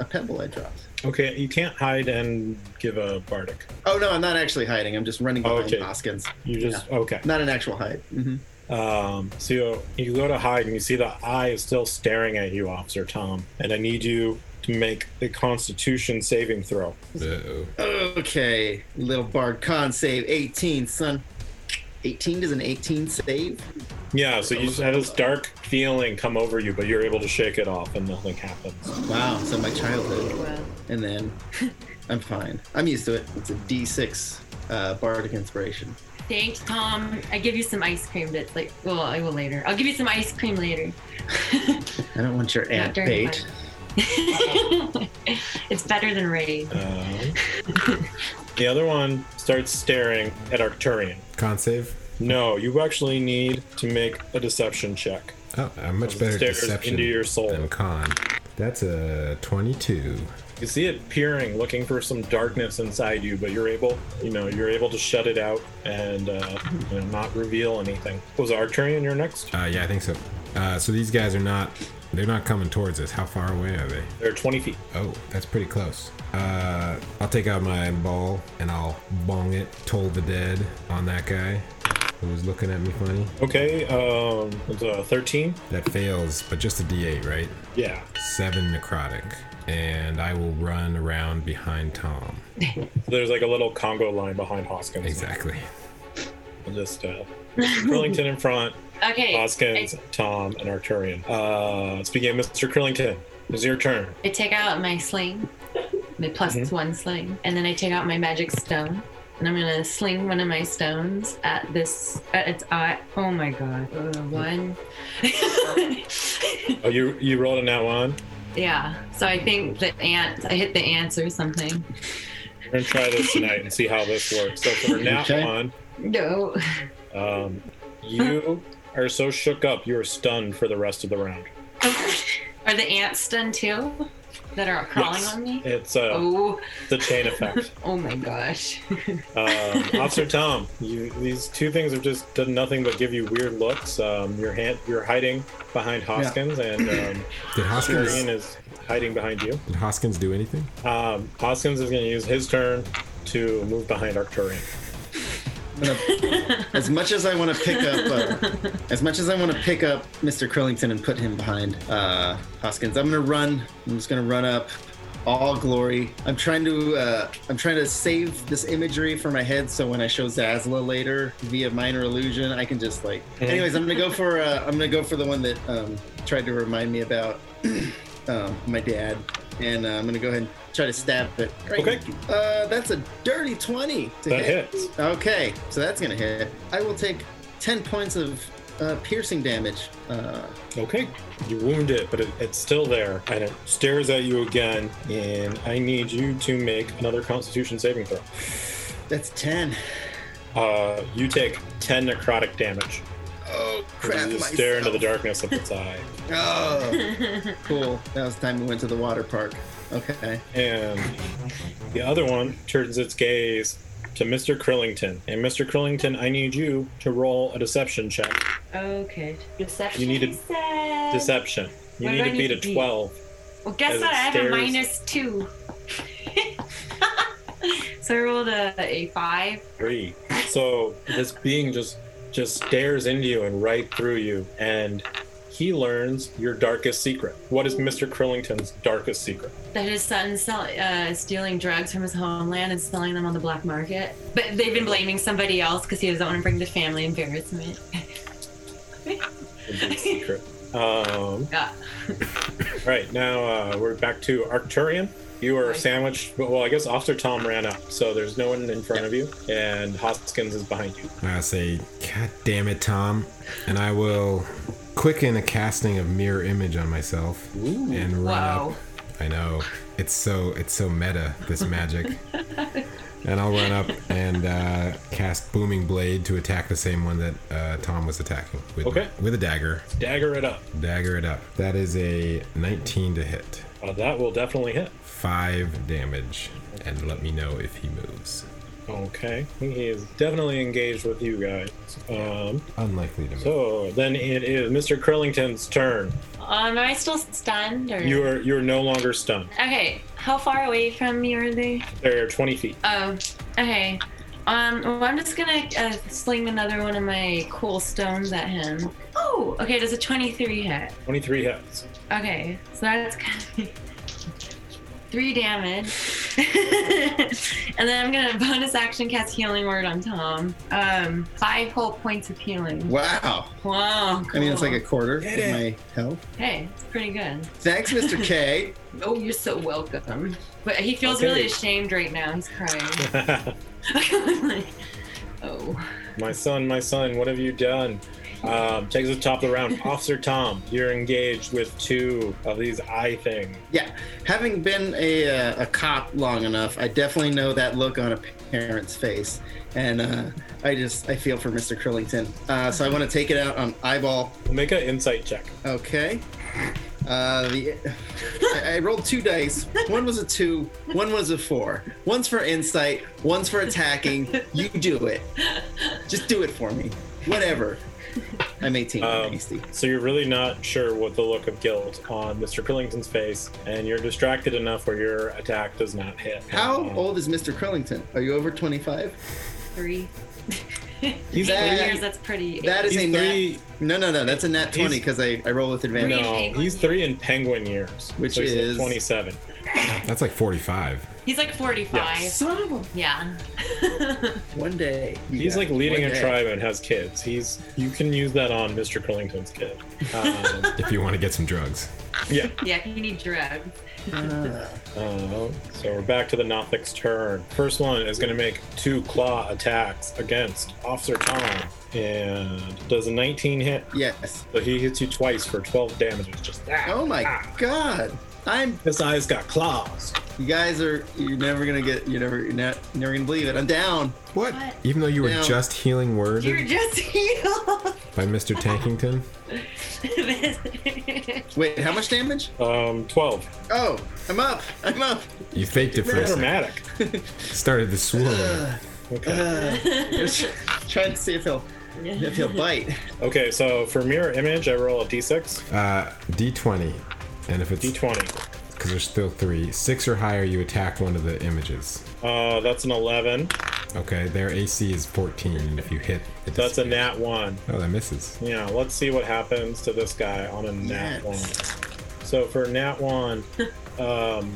Speaker 4: a pebble I dropped.
Speaker 3: Okay, you can't hide and give a bardic.
Speaker 4: Oh no, I'm not actually hiding. I'm just running behind
Speaker 3: Okay.
Speaker 4: Hoskins.
Speaker 3: You just okay.
Speaker 4: Not an actual hide. hmm
Speaker 3: Um, so you, you go to hide and you see the eye is still staring at you, Officer Tom. And I need you to make a Constitution saving throw.
Speaker 6: Uh-oh.
Speaker 4: Okay, little bard con save 18, son. 18 does an 18 save.
Speaker 3: Yeah. So you just have this dark feeling come over you, but you're able to shake it off, and nothing happens.
Speaker 4: Wow, so my childhood.
Speaker 5: Well,
Speaker 4: And then I'm fine. I'm used to it. It's a D6 uh, Bardic Inspiration.
Speaker 5: thanks, Tom. I give you some ice cream. That's like, well, I will later. I'll give you some ice cream later.
Speaker 4: I don't want your
Speaker 5: Not
Speaker 4: Aunt
Speaker 5: during
Speaker 4: Bait.
Speaker 5: the fight. it's better than raid.
Speaker 3: Um, the other one starts staring at Arcturian.
Speaker 6: Con save.
Speaker 3: No, you actually need to make a deception check.
Speaker 6: Oh, I'm much better at
Speaker 3: Stares
Speaker 6: deception
Speaker 3: into your soul.
Speaker 6: than con. That's a twenty-two.
Speaker 3: You see it peering, looking for some darkness inside you, but you're able, you know, you're able to shut it out and uh, you know, not reveal anything. Was Arturian your next?
Speaker 6: Uh, yeah, I think so. Uh, so these guys are not. They're not coming towards us. How far away are they?
Speaker 3: They're 20 feet.
Speaker 6: Oh, that's pretty close. Uh, I'll take out my ball and I'll bong it, toll the dead on that guy who was looking at me funny.
Speaker 3: Okay, um, it's uh, 13.
Speaker 6: That fails, but just a d8, right?
Speaker 3: Yeah.
Speaker 6: Seven necrotic. And I will run around behind Tom.
Speaker 3: There's like a little Congo line behind Hoskins.
Speaker 6: Exactly.
Speaker 3: Just uh, Curlington in front,
Speaker 5: Okay.
Speaker 3: Hoskins, Tom, and Arturian. Uh, speaking of Mr. Curlington, it's your turn.
Speaker 5: I take out my sling, my plus
Speaker 3: Mm-hmm.
Speaker 5: one sling, and then I take out my magic stone, and I'm gonna sling one of my stones at this at its eye. Oh my god! Uh, one.
Speaker 3: Oh, you you rolled a nat one.
Speaker 5: yeah. So I think the ant. I hit the ants or something.
Speaker 3: We're gonna try this tonight and see how this works. So for nat
Speaker 4: Okay.
Speaker 3: one,
Speaker 5: No.
Speaker 3: Um, you are so shook up, you are stunned for the rest of the round.
Speaker 5: Are the ants stunned too? that are crawling on me?
Speaker 3: It's uh,
Speaker 5: Oh,
Speaker 3: the chain effect.
Speaker 5: oh my gosh.
Speaker 3: Um, Officer Tom, you, these two things have just done nothing but give you weird looks. Um, your hand, you're hiding behind Hoskins, and um,
Speaker 6: Did Hoskins
Speaker 3: Shurian is hiding behind you.
Speaker 6: did Hoskins do anything?
Speaker 3: Um, Hoskins is going to use his turn to move behind Arcturian.
Speaker 4: gonna- as much as I want to pick up, uh, as much as I want to pick up Mr. Curlington and put him behind uh, Hoskins, I'm gonna run. I'm just gonna run up. All glory. I'm trying to uh, I'm trying to save this imagery for my head, so when I show Zazla later via minor illusion, I can just like. Anyways, I'm gonna go for uh, I'm gonna go for the one that um, tried to remind me about um, my dad, and uh, I'm gonna go ahead and try to stab it. Right.
Speaker 3: Okay.
Speaker 4: Uh, that's a dirty twenty. To
Speaker 3: That
Speaker 4: hit.
Speaker 3: hits.
Speaker 4: Okay, so that's gonna hit. I will take ten points of uh, piercing damage. Uh,
Speaker 3: Okay, you wound it, but it, it's still there, and it stares at you again. And I need you to make another Constitution saving throw.
Speaker 4: that's ten.
Speaker 3: Uh, you take ten necrotic damage.
Speaker 4: Oh
Speaker 3: You
Speaker 4: crap! My
Speaker 3: just stare into the darkness of its eye.
Speaker 4: Oh, cool. That was the time we went to the water park. Okay.
Speaker 3: And the other one turns its gaze to Mr. Krillington. And Mr. Krillington, I need you to roll a deception check.
Speaker 5: okay. Deception.
Speaker 3: You need to-
Speaker 5: he said.
Speaker 3: Deception. You
Speaker 5: What do
Speaker 3: need
Speaker 5: I
Speaker 3: to beat
Speaker 5: need to
Speaker 3: a
Speaker 5: beat?
Speaker 3: 12.
Speaker 5: Well,
Speaker 3: as
Speaker 5: guess
Speaker 3: it
Speaker 5: what? I have a
Speaker 3: stares-
Speaker 5: minus two. so I rolled a, a five.
Speaker 3: Three. So this being just just stares into you and right through you and he learns your darkest secret. What is Mr. Krillington's darkest secret?
Speaker 5: That his son sell, uh, stealing drugs from his homeland and selling them on the black market. But they've been blaming somebody else because he doesn't want to bring the family embarrassment.
Speaker 3: Would be secret. Um,
Speaker 5: Yeah.
Speaker 3: Right now uh, we're back to Arcturian. You are
Speaker 5: Right.
Speaker 3: sandwiched. Well, I guess Officer Tom ran up, so there's no one in front of you, and Hoskins is behind you.
Speaker 6: I say, God damn it, Tom. And I will quicken a casting of mirror image on myself and run
Speaker 5: Wow.
Speaker 6: up. I know. It's so it's so meta, this magic. and I'll run up and uh, cast Booming Blade to attack the same one that uh, Tom was attacking with
Speaker 3: Okay.
Speaker 6: with a dagger.
Speaker 3: Dagger it up.
Speaker 6: Dagger it up. That is a 19 to hit.
Speaker 3: Uh, that will definitely hit.
Speaker 6: Five damage. And let me know if he moves.
Speaker 3: Okay, he is definitely engaged with you guys. Um,
Speaker 6: Unlikely to move.
Speaker 3: so then it is Mr. Curlington's turn.
Speaker 5: Um, am I still stunned? Or?
Speaker 3: You are you are no longer stunned.
Speaker 5: Okay. How far away from me are they?
Speaker 3: They're 20 feet.
Speaker 5: Oh, okay. Um, well, I'm just gonna uh, sling another one of my cool stones at him. Oh, okay. Does a 23 hit?
Speaker 3: 23 hits.
Speaker 5: Okay, so that's kind of three damage. and then I'm gonna bonus action cast healing word on Tom. Um, five whole points of healing.
Speaker 4: Wow.
Speaker 5: Wow.
Speaker 4: I mean, it's
Speaker 5: cool.
Speaker 4: like a quarter
Speaker 3: Hit
Speaker 4: of my health.
Speaker 5: Hey, it's pretty good.
Speaker 4: Thanks, Mr. K.
Speaker 5: Oh, you're so welcome. But he feels
Speaker 3: Okay.
Speaker 5: really ashamed right now. He's crying. Like, oh.
Speaker 3: my son, my son, what have you done? Um, takes us to the top of the round. Officer Tom, you're engaged with two of these eye things.
Speaker 4: Yeah, having been a, uh, a cop long enough, I definitely know that look on a parent's face, and uh, I just I feel for Mr. Curlington. Uh, so I want to take it out on eyeball.
Speaker 3: Make an insight check.
Speaker 4: Okay. Uh, the I, I rolled two dice. One was a two. One was a four. One's for insight. One's for attacking. You do it. Just do it for me. Whatever. I'm 18. I'm
Speaker 3: Um,
Speaker 4: hasty.
Speaker 3: So you're really not sure what the look of guilt on Mr. Curlington's face, and you're distracted enough where your attack does not hit.
Speaker 4: How
Speaker 3: Um,
Speaker 4: old is Mr. Curlington? Are you over 25?
Speaker 5: Three.
Speaker 3: He's
Speaker 5: Eight
Speaker 4: that-
Speaker 5: years, that's pretty.
Speaker 4: That is
Speaker 3: He's
Speaker 4: a
Speaker 3: three-
Speaker 4: nat. No, no, no. That's a
Speaker 3: He's-
Speaker 4: nat twenty because I, I roll with advantage.
Speaker 3: No,
Speaker 5: penguin
Speaker 3: he's three in penguin years,
Speaker 4: Which
Speaker 3: so he's like
Speaker 4: is-
Speaker 3: 27.
Speaker 6: That's like 45.
Speaker 5: He's like 45.
Speaker 4: Son of a-
Speaker 5: Yeah.
Speaker 4: One day. you
Speaker 3: He's
Speaker 4: got
Speaker 3: like
Speaker 4: it.
Speaker 3: leading
Speaker 4: One
Speaker 3: a
Speaker 4: day.
Speaker 3: tribe and has kids. He's you can use that on Mr. Curlington's kid. Um,
Speaker 6: If you want to get some drugs.
Speaker 3: yeah.
Speaker 5: yeah, you need drugs.
Speaker 3: Uh, so we're back to the Nothic's turn. First one is going to make two claw attacks against Officer Tom, and does a 19 hit.
Speaker 4: Yes.
Speaker 3: So he hits you twice for 12 damages. Just
Speaker 4: Oh my
Speaker 3: Ah.
Speaker 4: god. I'm.
Speaker 3: His eyes got claws.
Speaker 4: You guys are. You're never gonna get. You're never. You're not, you're never gonna believe it. I'm down.
Speaker 6: What?
Speaker 5: What?
Speaker 6: Even though you were
Speaker 4: Now-
Speaker 6: just healing word
Speaker 5: You're just healed.
Speaker 6: by Mr. Tankington?
Speaker 5: This-
Speaker 4: Wait, how much damage?
Speaker 3: Um, 12.
Speaker 4: Oh, I'm up. I'm up.
Speaker 6: You faked it for a second.
Speaker 3: Dramatic.
Speaker 6: Started to swirl.
Speaker 3: Okay.
Speaker 4: Trying to see if he'll if he'll bite.
Speaker 3: Okay, so for mirror image, I roll a d6,
Speaker 6: Uh, D20. And if it's
Speaker 3: d20.
Speaker 6: because there's still three, six or higher, you attack one of the images.
Speaker 3: Uh, that's an 11.
Speaker 6: Okay, their AC is 14, and if you hit, it
Speaker 3: That's a
Speaker 6: disappears.
Speaker 3: nat 1.
Speaker 6: Oh, that misses.
Speaker 3: Yeah, let's see what happens to this guy on a nat
Speaker 4: Yes.
Speaker 3: 1. So for nat 1, um,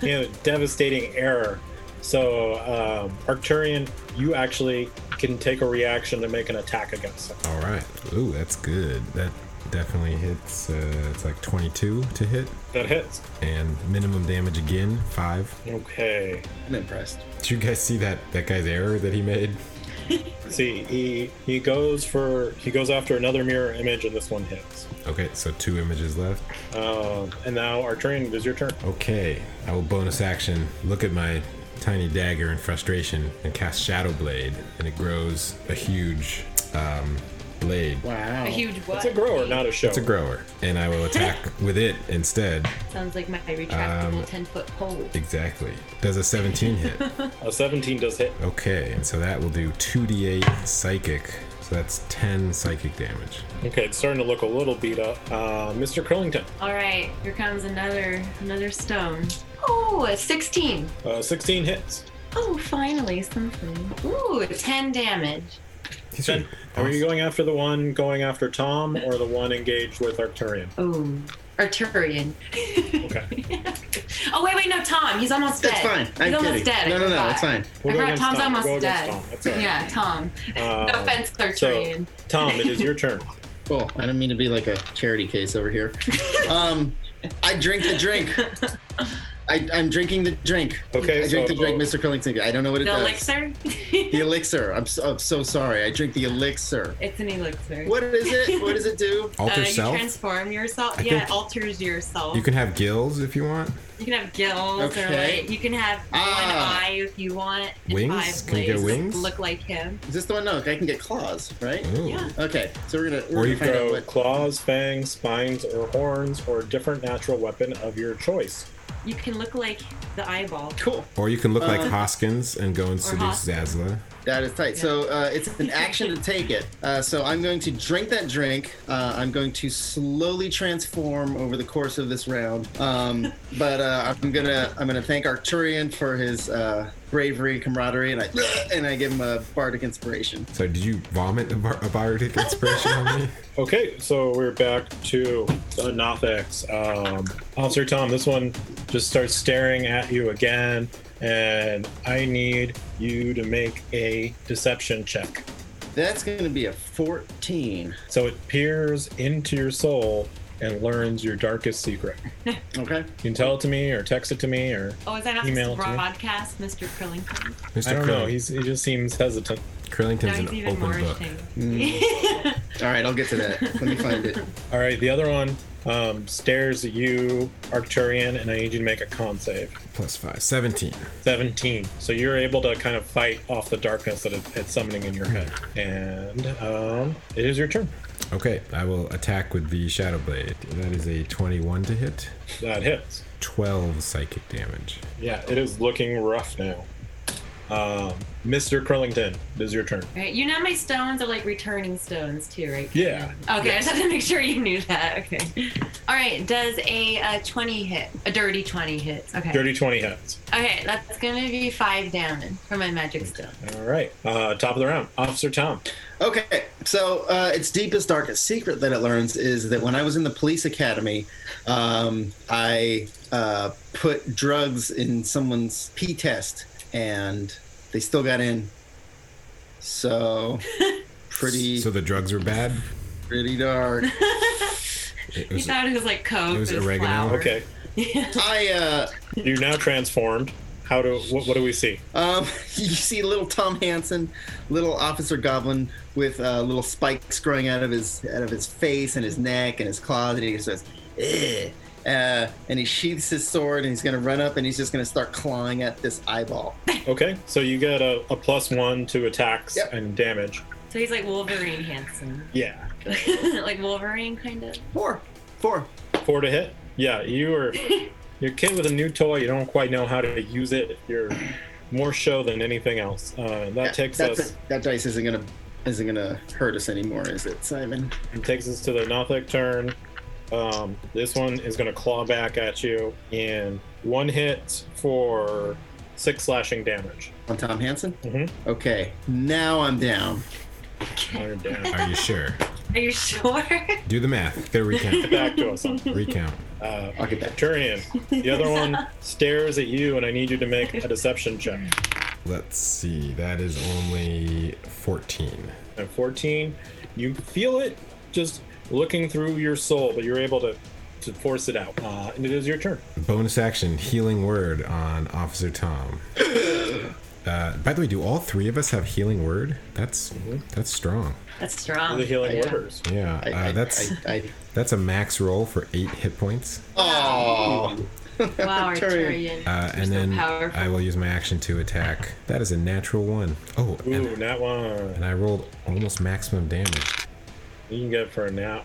Speaker 3: you know, devastating error. So, um, Arcturian, you actually can take a reaction to make an attack against him.
Speaker 6: All right. Ooh, that's good. That definitely hits. Uh, it's like 22 to hit,
Speaker 3: That hits.
Speaker 6: and minimum damage again, five.
Speaker 3: Okay.
Speaker 4: I'm impressed.
Speaker 6: Did you guys see that that guy's error that he made?
Speaker 3: See, he he goes for he goes after another mirror image, and this one hits.
Speaker 6: Okay, so two images left.
Speaker 3: Um, and now Arturian, it is your turn.
Speaker 6: Okay, I will bonus action look at my tiny dagger in frustration and cast Shadow Blade, and it grows a huge um, blade.
Speaker 4: Wow.
Speaker 5: A huge what?
Speaker 3: It's a grower, not a show.
Speaker 6: It's a grower, and I will attack with it instead.
Speaker 5: Sounds like my retractable
Speaker 6: Um,
Speaker 5: 10 foot pole.
Speaker 6: Exactly. Does a 17 hit?
Speaker 3: A 17 does hit.
Speaker 6: Okay, and so that will do 2d8 psychic. So that's 10 psychic damage.
Speaker 3: Okay, it's starting to look a little beat up. Uh, Mr. Curlington,
Speaker 5: All right, here comes another another stone. Oh, a 16.
Speaker 3: uh, 16 hits.
Speaker 5: Oh, finally something. Ooh, 10 damage.
Speaker 6: He's
Speaker 3: Then, are you going after the one going after Tom or the one engaged with Arcturian?
Speaker 5: Oh, Arturian.
Speaker 3: Okay.
Speaker 5: oh wait, wait, no, Tom. He's almost dead.
Speaker 4: That's fine.
Speaker 5: He's
Speaker 4: I'm kidding.
Speaker 5: almost dead. I
Speaker 4: No, no, no,
Speaker 5: forgot.
Speaker 4: it's fine.
Speaker 3: We'll
Speaker 5: I
Speaker 3: go
Speaker 5: forgot
Speaker 3: against
Speaker 5: Tom's
Speaker 3: Tom.
Speaker 5: almost
Speaker 3: We'll go against
Speaker 5: dead.
Speaker 3: Tom. That's all right.
Speaker 5: Yeah, Tom.
Speaker 3: Uh,
Speaker 4: Um,
Speaker 5: no offense,
Speaker 3: So,
Speaker 5: Arturian.
Speaker 3: Tom, it is your turn.
Speaker 4: Cool. I don't mean to be like a charity case over here. Um, I drink the drink. I, I'm drinking the drink.
Speaker 3: Okay,
Speaker 4: I drink
Speaker 3: so-
Speaker 4: the drink, Mr. Curlington. I don't know what it
Speaker 5: The
Speaker 4: does.
Speaker 5: elixir?
Speaker 4: The elixir. I'm so, I'm so sorry. I drink the elixir.
Speaker 5: it's an elixir.
Speaker 4: What is it? What does it do?
Speaker 6: Alter
Speaker 5: uh,
Speaker 6: self?
Speaker 5: You transform yourself.
Speaker 6: I
Speaker 5: yeah,
Speaker 6: think-
Speaker 5: it alters yourself.
Speaker 6: you can have gills if you want.
Speaker 5: You can have gills or
Speaker 4: Okay.
Speaker 5: like you can have
Speaker 4: Ah.
Speaker 5: one eye if you want. and
Speaker 6: Wings?
Speaker 5: Five
Speaker 6: Can you get
Speaker 5: legs
Speaker 6: wings?
Speaker 5: that Look like him.
Speaker 4: Is this the one? No, I can get claws, right?
Speaker 6: Ooh.
Speaker 5: Yeah.
Speaker 4: Okay, so we're gonna. We're
Speaker 6: Or
Speaker 4: gonna
Speaker 6: you
Speaker 4: find out
Speaker 3: Grow
Speaker 4: what-
Speaker 3: claws, fangs, spines, or horns, or a different natural weapon of your choice.
Speaker 5: You can look like the eyeball.
Speaker 4: Cool.
Speaker 6: Or you can look like
Speaker 4: Uh,
Speaker 6: Hoskins and go and seduce
Speaker 5: Hoskins.
Speaker 6: Zazla.
Speaker 4: That is tight. So uh, it's an action to take it. Uh, so I'm going to drink that drink. Uh, I'm going to slowly transform over the course of this round. Um, but uh, I'm gonna I'm gonna thank Arcturian for his uh, bravery, camaraderie, and I and I give him a bardic inspiration.
Speaker 6: So did you vomit a, bar- a bardic inspiration on me?
Speaker 3: Okay, so we're back to the Nothics. Um, Officer Tom, this one just starts staring at you again, and I need you to make a deception check.
Speaker 4: That's gonna be a 14.
Speaker 3: So it peers into your soul and learns your darkest secret. You
Speaker 4: Okay.
Speaker 3: can tell it to me, or text it to me, or
Speaker 5: Oh, is that not
Speaker 3: Email
Speaker 5: Email
Speaker 3: it to me.
Speaker 5: broadcast, Mr. Curlington?
Speaker 6: Mr.
Speaker 3: I don't know.
Speaker 6: Curling-
Speaker 3: He's, he just seems hesitant.
Speaker 5: Now
Speaker 6: Curlington's
Speaker 5: he's
Speaker 6: an
Speaker 5: even more
Speaker 6: open book.
Speaker 5: ashamed.
Speaker 4: All right, I'll get to that. Let me find it.
Speaker 3: All right, the other one um, stares at you, Arcturian, and I need you to make a con save.
Speaker 6: Plus five. 17.
Speaker 3: 17. So you're able to kind of fight off the darkness that it, it's summoning in your head. And um, it is your turn.
Speaker 6: Okay, I will attack with the Shadow Blade. That is a 21 to hit.
Speaker 3: That hits.
Speaker 6: 12 psychic damage.
Speaker 3: Yeah, it is looking rough now. Um, Mr. Curlington, it is your turn.
Speaker 5: Right. You know my stones are like returning stones too, right?
Speaker 3: Yeah.
Speaker 5: Okay, I just had to make sure you knew that. Okay. All right. Does a, uh 20 hit? A dirty 20 hit. Okay.
Speaker 3: Dirty 20 hits.
Speaker 5: Okay, that's gonna be five damage for my magic stone.
Speaker 3: All right. Uh, top of the round, Officer Tom.
Speaker 4: Okay, so uh, its deepest, darkest secret that it learns is that when I was in the police academy, um, I uh, put drugs in someone's pee test, and they still got in. So pretty,
Speaker 6: So the drugs were bad?
Speaker 4: pretty dark.
Speaker 6: It
Speaker 5: You
Speaker 6: was,
Speaker 5: thought it was like coke.
Speaker 6: it was
Speaker 5: but it's
Speaker 6: oregano.
Speaker 5: flour.
Speaker 3: Okay.
Speaker 4: I uh,
Speaker 3: You're now transformed. How do what, what do we see?
Speaker 4: Um, you see little Tom Hansen, little Officer Goblin with uh, little spikes growing out of his out of his face and his neck and his claws, and he just says, "Ugh." Uh, and he sheathes his sword and he's gonna run up and he's just gonna start clawing at this eyeball.
Speaker 3: Okay. So you get a, a plus one to attacks
Speaker 4: Yep.
Speaker 3: and damage.
Speaker 5: So he's like Wolverine handsome,
Speaker 3: Yeah.
Speaker 5: like Wolverine kind of.
Speaker 4: Four. Four.
Speaker 3: Four to hit. Yeah, you are. You're a kid with a new toy. You don't quite know how to use it. You're more show than anything else. Uh, that takes
Speaker 4: that's
Speaker 3: us.
Speaker 4: it. that dice isn't gonna isn't gonna hurt us anymore, is it, Simon?
Speaker 3: It takes us to the Nothic turn. Um, this one is going to claw back at you in one hit for six slashing damage.
Speaker 4: On Tom Hansen.
Speaker 3: Mhm.
Speaker 4: Okay, now I'm down.
Speaker 3: Now you're down.
Speaker 6: Are you sure?
Speaker 5: Are you sure?
Speaker 6: Do the math. Go recount.
Speaker 3: Back to us.
Speaker 6: recount.
Speaker 3: Uh,
Speaker 4: I'll get back.
Speaker 3: Turian, the other one stares at you, and I need you to make a deception check.
Speaker 6: Let's see. That is only 14.
Speaker 3: And 14, you feel it just looking through your soul, but you're able to, to force it out. Uh, and it is your turn.
Speaker 6: Bonus action healing word on Officer Tom. Uh, by the way, do all three of us have healing word? That's that's strong.
Speaker 5: That's strong.
Speaker 3: The healing
Speaker 5: Yeah.
Speaker 3: orders.
Speaker 6: Yeah,
Speaker 4: I,
Speaker 6: uh,
Speaker 4: I-
Speaker 6: that's
Speaker 4: I, I,
Speaker 6: that's a max roll for eight hit points.
Speaker 4: oh,
Speaker 5: Wow,
Speaker 4: Turian.
Speaker 5: Arturian.
Speaker 6: Uh, and
Speaker 5: so
Speaker 6: then
Speaker 5: powerful.
Speaker 6: I will use my action to attack. That is a natural one. Oh,
Speaker 3: Ooh,
Speaker 6: and,
Speaker 3: that one.
Speaker 6: and I rolled almost maximum damage.
Speaker 3: You can get it for a nap.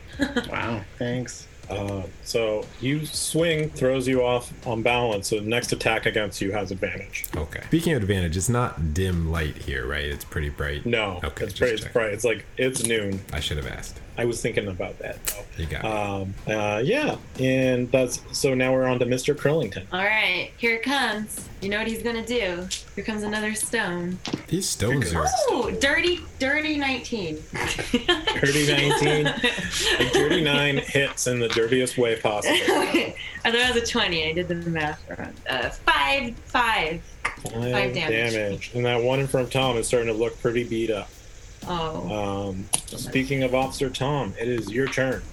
Speaker 4: wow! Thanks.
Speaker 3: Uh, so you swing, throws you off on balance. So the next attack against you has advantage.
Speaker 6: Okay. Speaking of advantage, it's not dim light here, right? It's pretty bright.
Speaker 3: No,
Speaker 6: Okay.
Speaker 3: it's
Speaker 6: just
Speaker 3: pretty. It's
Speaker 6: checking.
Speaker 3: bright. It's like it's noon.
Speaker 6: I should have asked.
Speaker 3: I was thinking about that. though.
Speaker 6: You got. it.
Speaker 3: Um, uh, yeah, and that's so. Now we're on to Mr. Curlington.
Speaker 5: All right, here it comes. You know what he's gonna do? Here comes another stone.
Speaker 6: These stones are.
Speaker 5: Ooh, dirty, dirty 19.
Speaker 3: Dirty 19. A dirty nine hits in the dirtiest way possible.
Speaker 5: I thought it was a 20. I did the math wrong. Uh, five, five.
Speaker 3: Five
Speaker 5: damage.
Speaker 3: And that one in front of Tom is starting to look pretty beat up.
Speaker 5: Oh,
Speaker 3: Um, speaking of Officer Tom, it is your turn.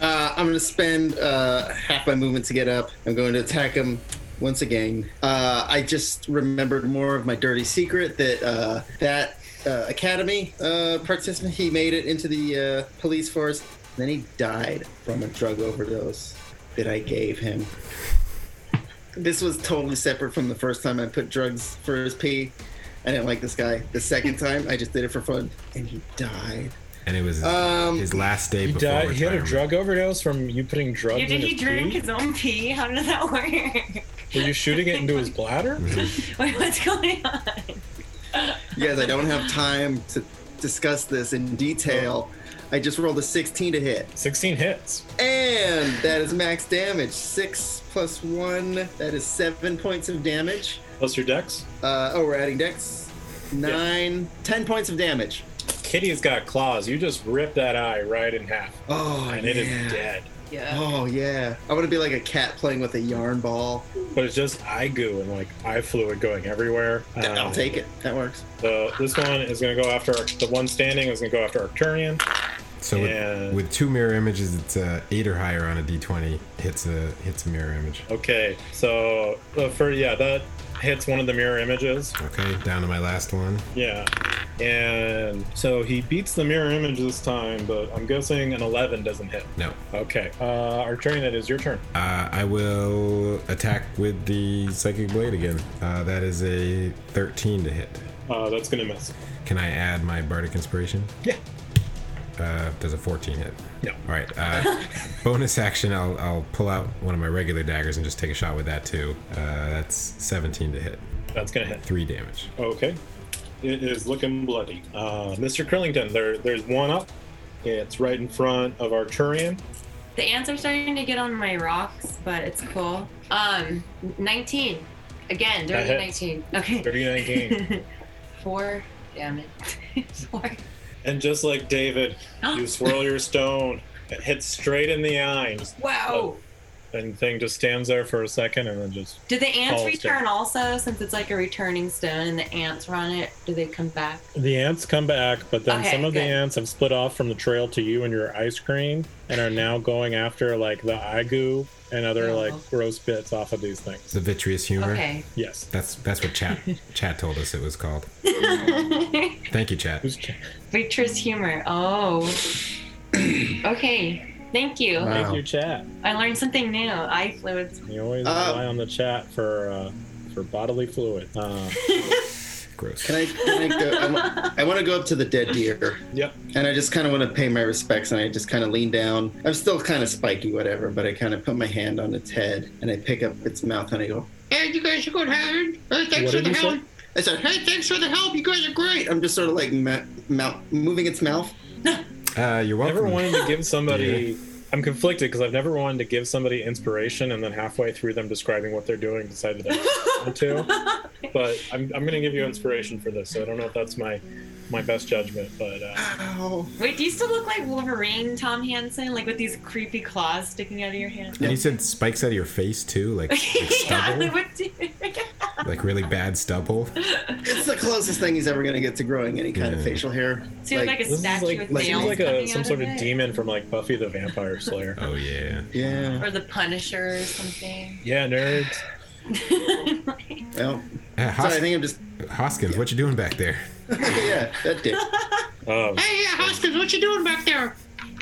Speaker 4: Uh, I'm gonna spend uh, half my movement to get up. I'm going to attack him once again. Uh, I just remembered more of my dirty secret that uh, that uh, academy uh, participant he made it into the uh, police force. Then he died from a drug overdose that I gave him. This was totally separate from the first time I put drugs for his pee. I didn't like this guy. The second time, I just did it for fun, and he died.
Speaker 6: And it was his,
Speaker 4: Um,
Speaker 6: his last day
Speaker 3: He
Speaker 6: before
Speaker 3: died. He had a
Speaker 6: retirement.
Speaker 3: drug overdose from you putting drugs
Speaker 5: yeah,
Speaker 3: in
Speaker 5: did he
Speaker 3: his
Speaker 5: drink
Speaker 3: pee?
Speaker 5: his own pee? How did that work?
Speaker 3: Were you shooting it into his bladder?
Speaker 5: Wait, what's going on?
Speaker 4: You guys, I don't have time to discuss this in detail. I just rolled a 16 to hit.
Speaker 3: 16 hits.
Speaker 4: And that is max damage. Six plus one, that is seven points of damage.
Speaker 3: Plus your dex.
Speaker 4: Uh, oh, we're adding dex. Nine, ten points of damage.
Speaker 3: Kitty's got claws. You just rip that eye right in half,
Speaker 4: Oh,
Speaker 3: and
Speaker 4: yeah.
Speaker 3: it is dead.
Speaker 5: Yeah.
Speaker 4: Oh, yeah. I want to be like a cat playing with a yarn ball.
Speaker 3: But it's just eye goo and like eye fluid going everywhere.
Speaker 4: I'll
Speaker 3: Um,
Speaker 4: take it. That works.
Speaker 3: So this one is going to go after the one standing is going to go after Arcturian.
Speaker 6: So
Speaker 3: Yeah.
Speaker 6: with, with two mirror images, it's uh, eight or higher on a d20. Hits a hits a mirror image.
Speaker 3: Okay, so uh, for yeah, that hits one of the mirror images.
Speaker 6: Okay, down to my last one.
Speaker 3: Yeah, and so he beats the mirror image this time, but I'm guessing an 11 doesn't hit.
Speaker 6: No,
Speaker 3: Okay, uh, Arcturian, it is your turn.
Speaker 6: uh, I will attack with the psychic blade again. Uh, that is a 13 to hit.
Speaker 3: Uh, that's going to miss.
Speaker 6: Can I add my bardic inspiration?
Speaker 3: Yeah.
Speaker 6: Uh, does a 14 hit?
Speaker 3: No.
Speaker 6: All right. Uh, bonus action, I'll, I'll pull out one of my regular daggers and just take a shot with that too. Uh, that's 17 to hit.
Speaker 3: That's going to hit.
Speaker 6: Three damage.
Speaker 3: Okay. It is looking bloody. Uh, Mr. Curlington, there, there's one up. It's right in front of Arturian.
Speaker 5: The ants are starting to get on my rocks, but it's cool. Um, 19. Again, dirty
Speaker 3: That
Speaker 5: 19. Okay.
Speaker 3: 39 game.
Speaker 5: Four. Damn it. Four.
Speaker 3: and just like David, you swirl your stone. It hits straight in the eye. and just-
Speaker 5: Wow.
Speaker 3: And thing just stands there for a second and then just
Speaker 5: Do the ants
Speaker 3: Oh, it's
Speaker 5: return
Speaker 3: different.
Speaker 5: also, since it's like a returning stone and the ants were on it? Do they come back?
Speaker 3: The ants come back, but then
Speaker 5: Okay,
Speaker 3: some of the
Speaker 5: good.
Speaker 3: ants have split off from the trail to you and your ice cream and are now going after like the agu and other
Speaker 5: Oh.
Speaker 3: like gross bits off of these things.
Speaker 6: The vitreous humor.
Speaker 5: Okay.
Speaker 3: Yes.
Speaker 6: That's that's what chat chat told us it was called. Thank you, chat.
Speaker 3: Who's ca-
Speaker 5: Victor's humor. Oh. okay. Thank you.
Speaker 4: Wow.
Speaker 3: Thank you, chat.
Speaker 5: I learned something new. Eye fluids.
Speaker 3: You always
Speaker 4: Uh,
Speaker 3: rely on the chat for uh, for bodily fluid. Uh,
Speaker 6: Gross.
Speaker 4: Can I? Can I, go, I, want, I want to go up to the dead deer,
Speaker 3: Yep.
Speaker 4: and I just kind of want to pay my respects, and I just kind of lean down. I'm still kind of spiky, whatever, but I kind of put my hand on its head, and I pick up its mouth, and I go, "Hey, you guys are good, Howard. Hey, thanks
Speaker 3: What
Speaker 4: for
Speaker 3: did
Speaker 4: the
Speaker 3: you say?
Speaker 4: help." I said, "Hey, thanks for the help. You guys are great." I'm just sort of like ma- mouth, moving its mouth.
Speaker 6: Uh, you're
Speaker 3: I
Speaker 6: welcome.
Speaker 3: never wanted to give somebody. I'm conflicted because I've never wanted to give somebody inspiration and then halfway through them describing what they're doing decided that I want to. But I'm, I'm going to give you inspiration for this. So I don't know if that's my my best judgment, but uh,
Speaker 5: Ah,
Speaker 4: Ow.
Speaker 5: Wait, do you still look like Wolverine, Tom Hansen, like with these creepy claws sticking out of your hand?
Speaker 6: And you said spikes out of your face too, like, like
Speaker 5: yeah,
Speaker 6: stubble,
Speaker 5: like, what do you-
Speaker 6: like really bad stubble.
Speaker 4: It's the closest thing he's ever going to get to growing any kind of
Speaker 6: Yeah.
Speaker 4: facial hair.
Speaker 5: So you're like a
Speaker 3: this is
Speaker 5: statue
Speaker 3: like,
Speaker 5: with
Speaker 3: this is
Speaker 5: nails
Speaker 3: like
Speaker 5: coming
Speaker 3: a,
Speaker 5: out
Speaker 3: some sort of
Speaker 5: it.
Speaker 3: demon from like Buffy the Vampire Slayer.
Speaker 6: Oh yeah.
Speaker 4: yeah.
Speaker 5: Or the Punisher or something.
Speaker 3: Yeah, nerds. Hmm.
Speaker 4: Well,
Speaker 6: Uh,
Speaker 4: so I
Speaker 6: Hos-
Speaker 4: think I'm just
Speaker 6: Hoskins, what you doing back there?
Speaker 4: yeah that dick.
Speaker 3: Oh,
Speaker 7: Hey, yeah, Hoskins, what you doing back there?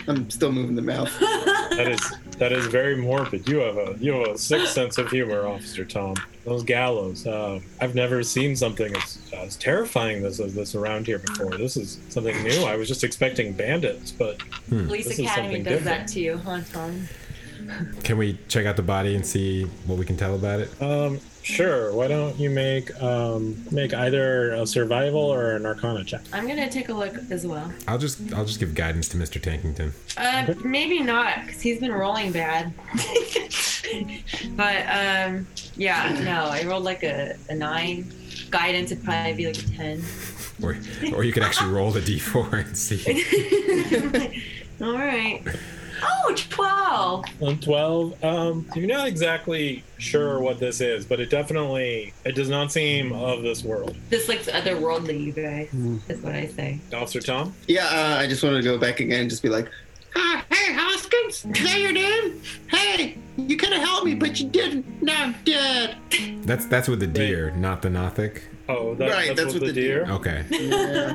Speaker 4: I'm still moving the mouth.
Speaker 3: that is that is very morbid. You have a you have a sick sense of humor, Officer Tom. Those gallows. Uh, I've never seen something as, as terrifying as, as this around here before. This is something new. I was just expecting bandits, but
Speaker 5: Police
Speaker 3: This is
Speaker 5: Academy
Speaker 3: something
Speaker 5: does
Speaker 3: different.
Speaker 5: that to you, huh, Tom?
Speaker 6: Can we check out the body and see what we can tell about
Speaker 4: Uh,
Speaker 6: it?
Speaker 3: um, sure. Why don't you make um, make either a survival or an Arcana check?
Speaker 5: I'm gonna take a look as well.
Speaker 6: I'll just I'll just give guidance to Mr. Tankington.
Speaker 5: Uh, maybe not, because he's been rolling bad. but um, yeah, no, I rolled like a, a nine. Guidance would probably be like a ten.
Speaker 6: Or or you could actually roll the D4 and see.
Speaker 5: All right. Oh, 12.
Speaker 3: Um, Twelve. Um, you're not exactly sure what this is, but it definitely it does not seem of this world.
Speaker 5: This looks otherworldly, you guys.
Speaker 6: Hmm.
Speaker 5: Is what I say.
Speaker 3: Officer Tom.
Speaker 4: Yeah, uh, I just wanted to go back again and just be like, "Ah,
Speaker 7: Uh, hey, Hoskins, is that your name? Hey, you could have helped me, but you didn't. Now I'm dead.
Speaker 6: That's that's with the deer, not the Nothic.
Speaker 3: Oh, that,
Speaker 4: Right,
Speaker 3: that's, with the, deer.
Speaker 6: Okay.
Speaker 4: yeah.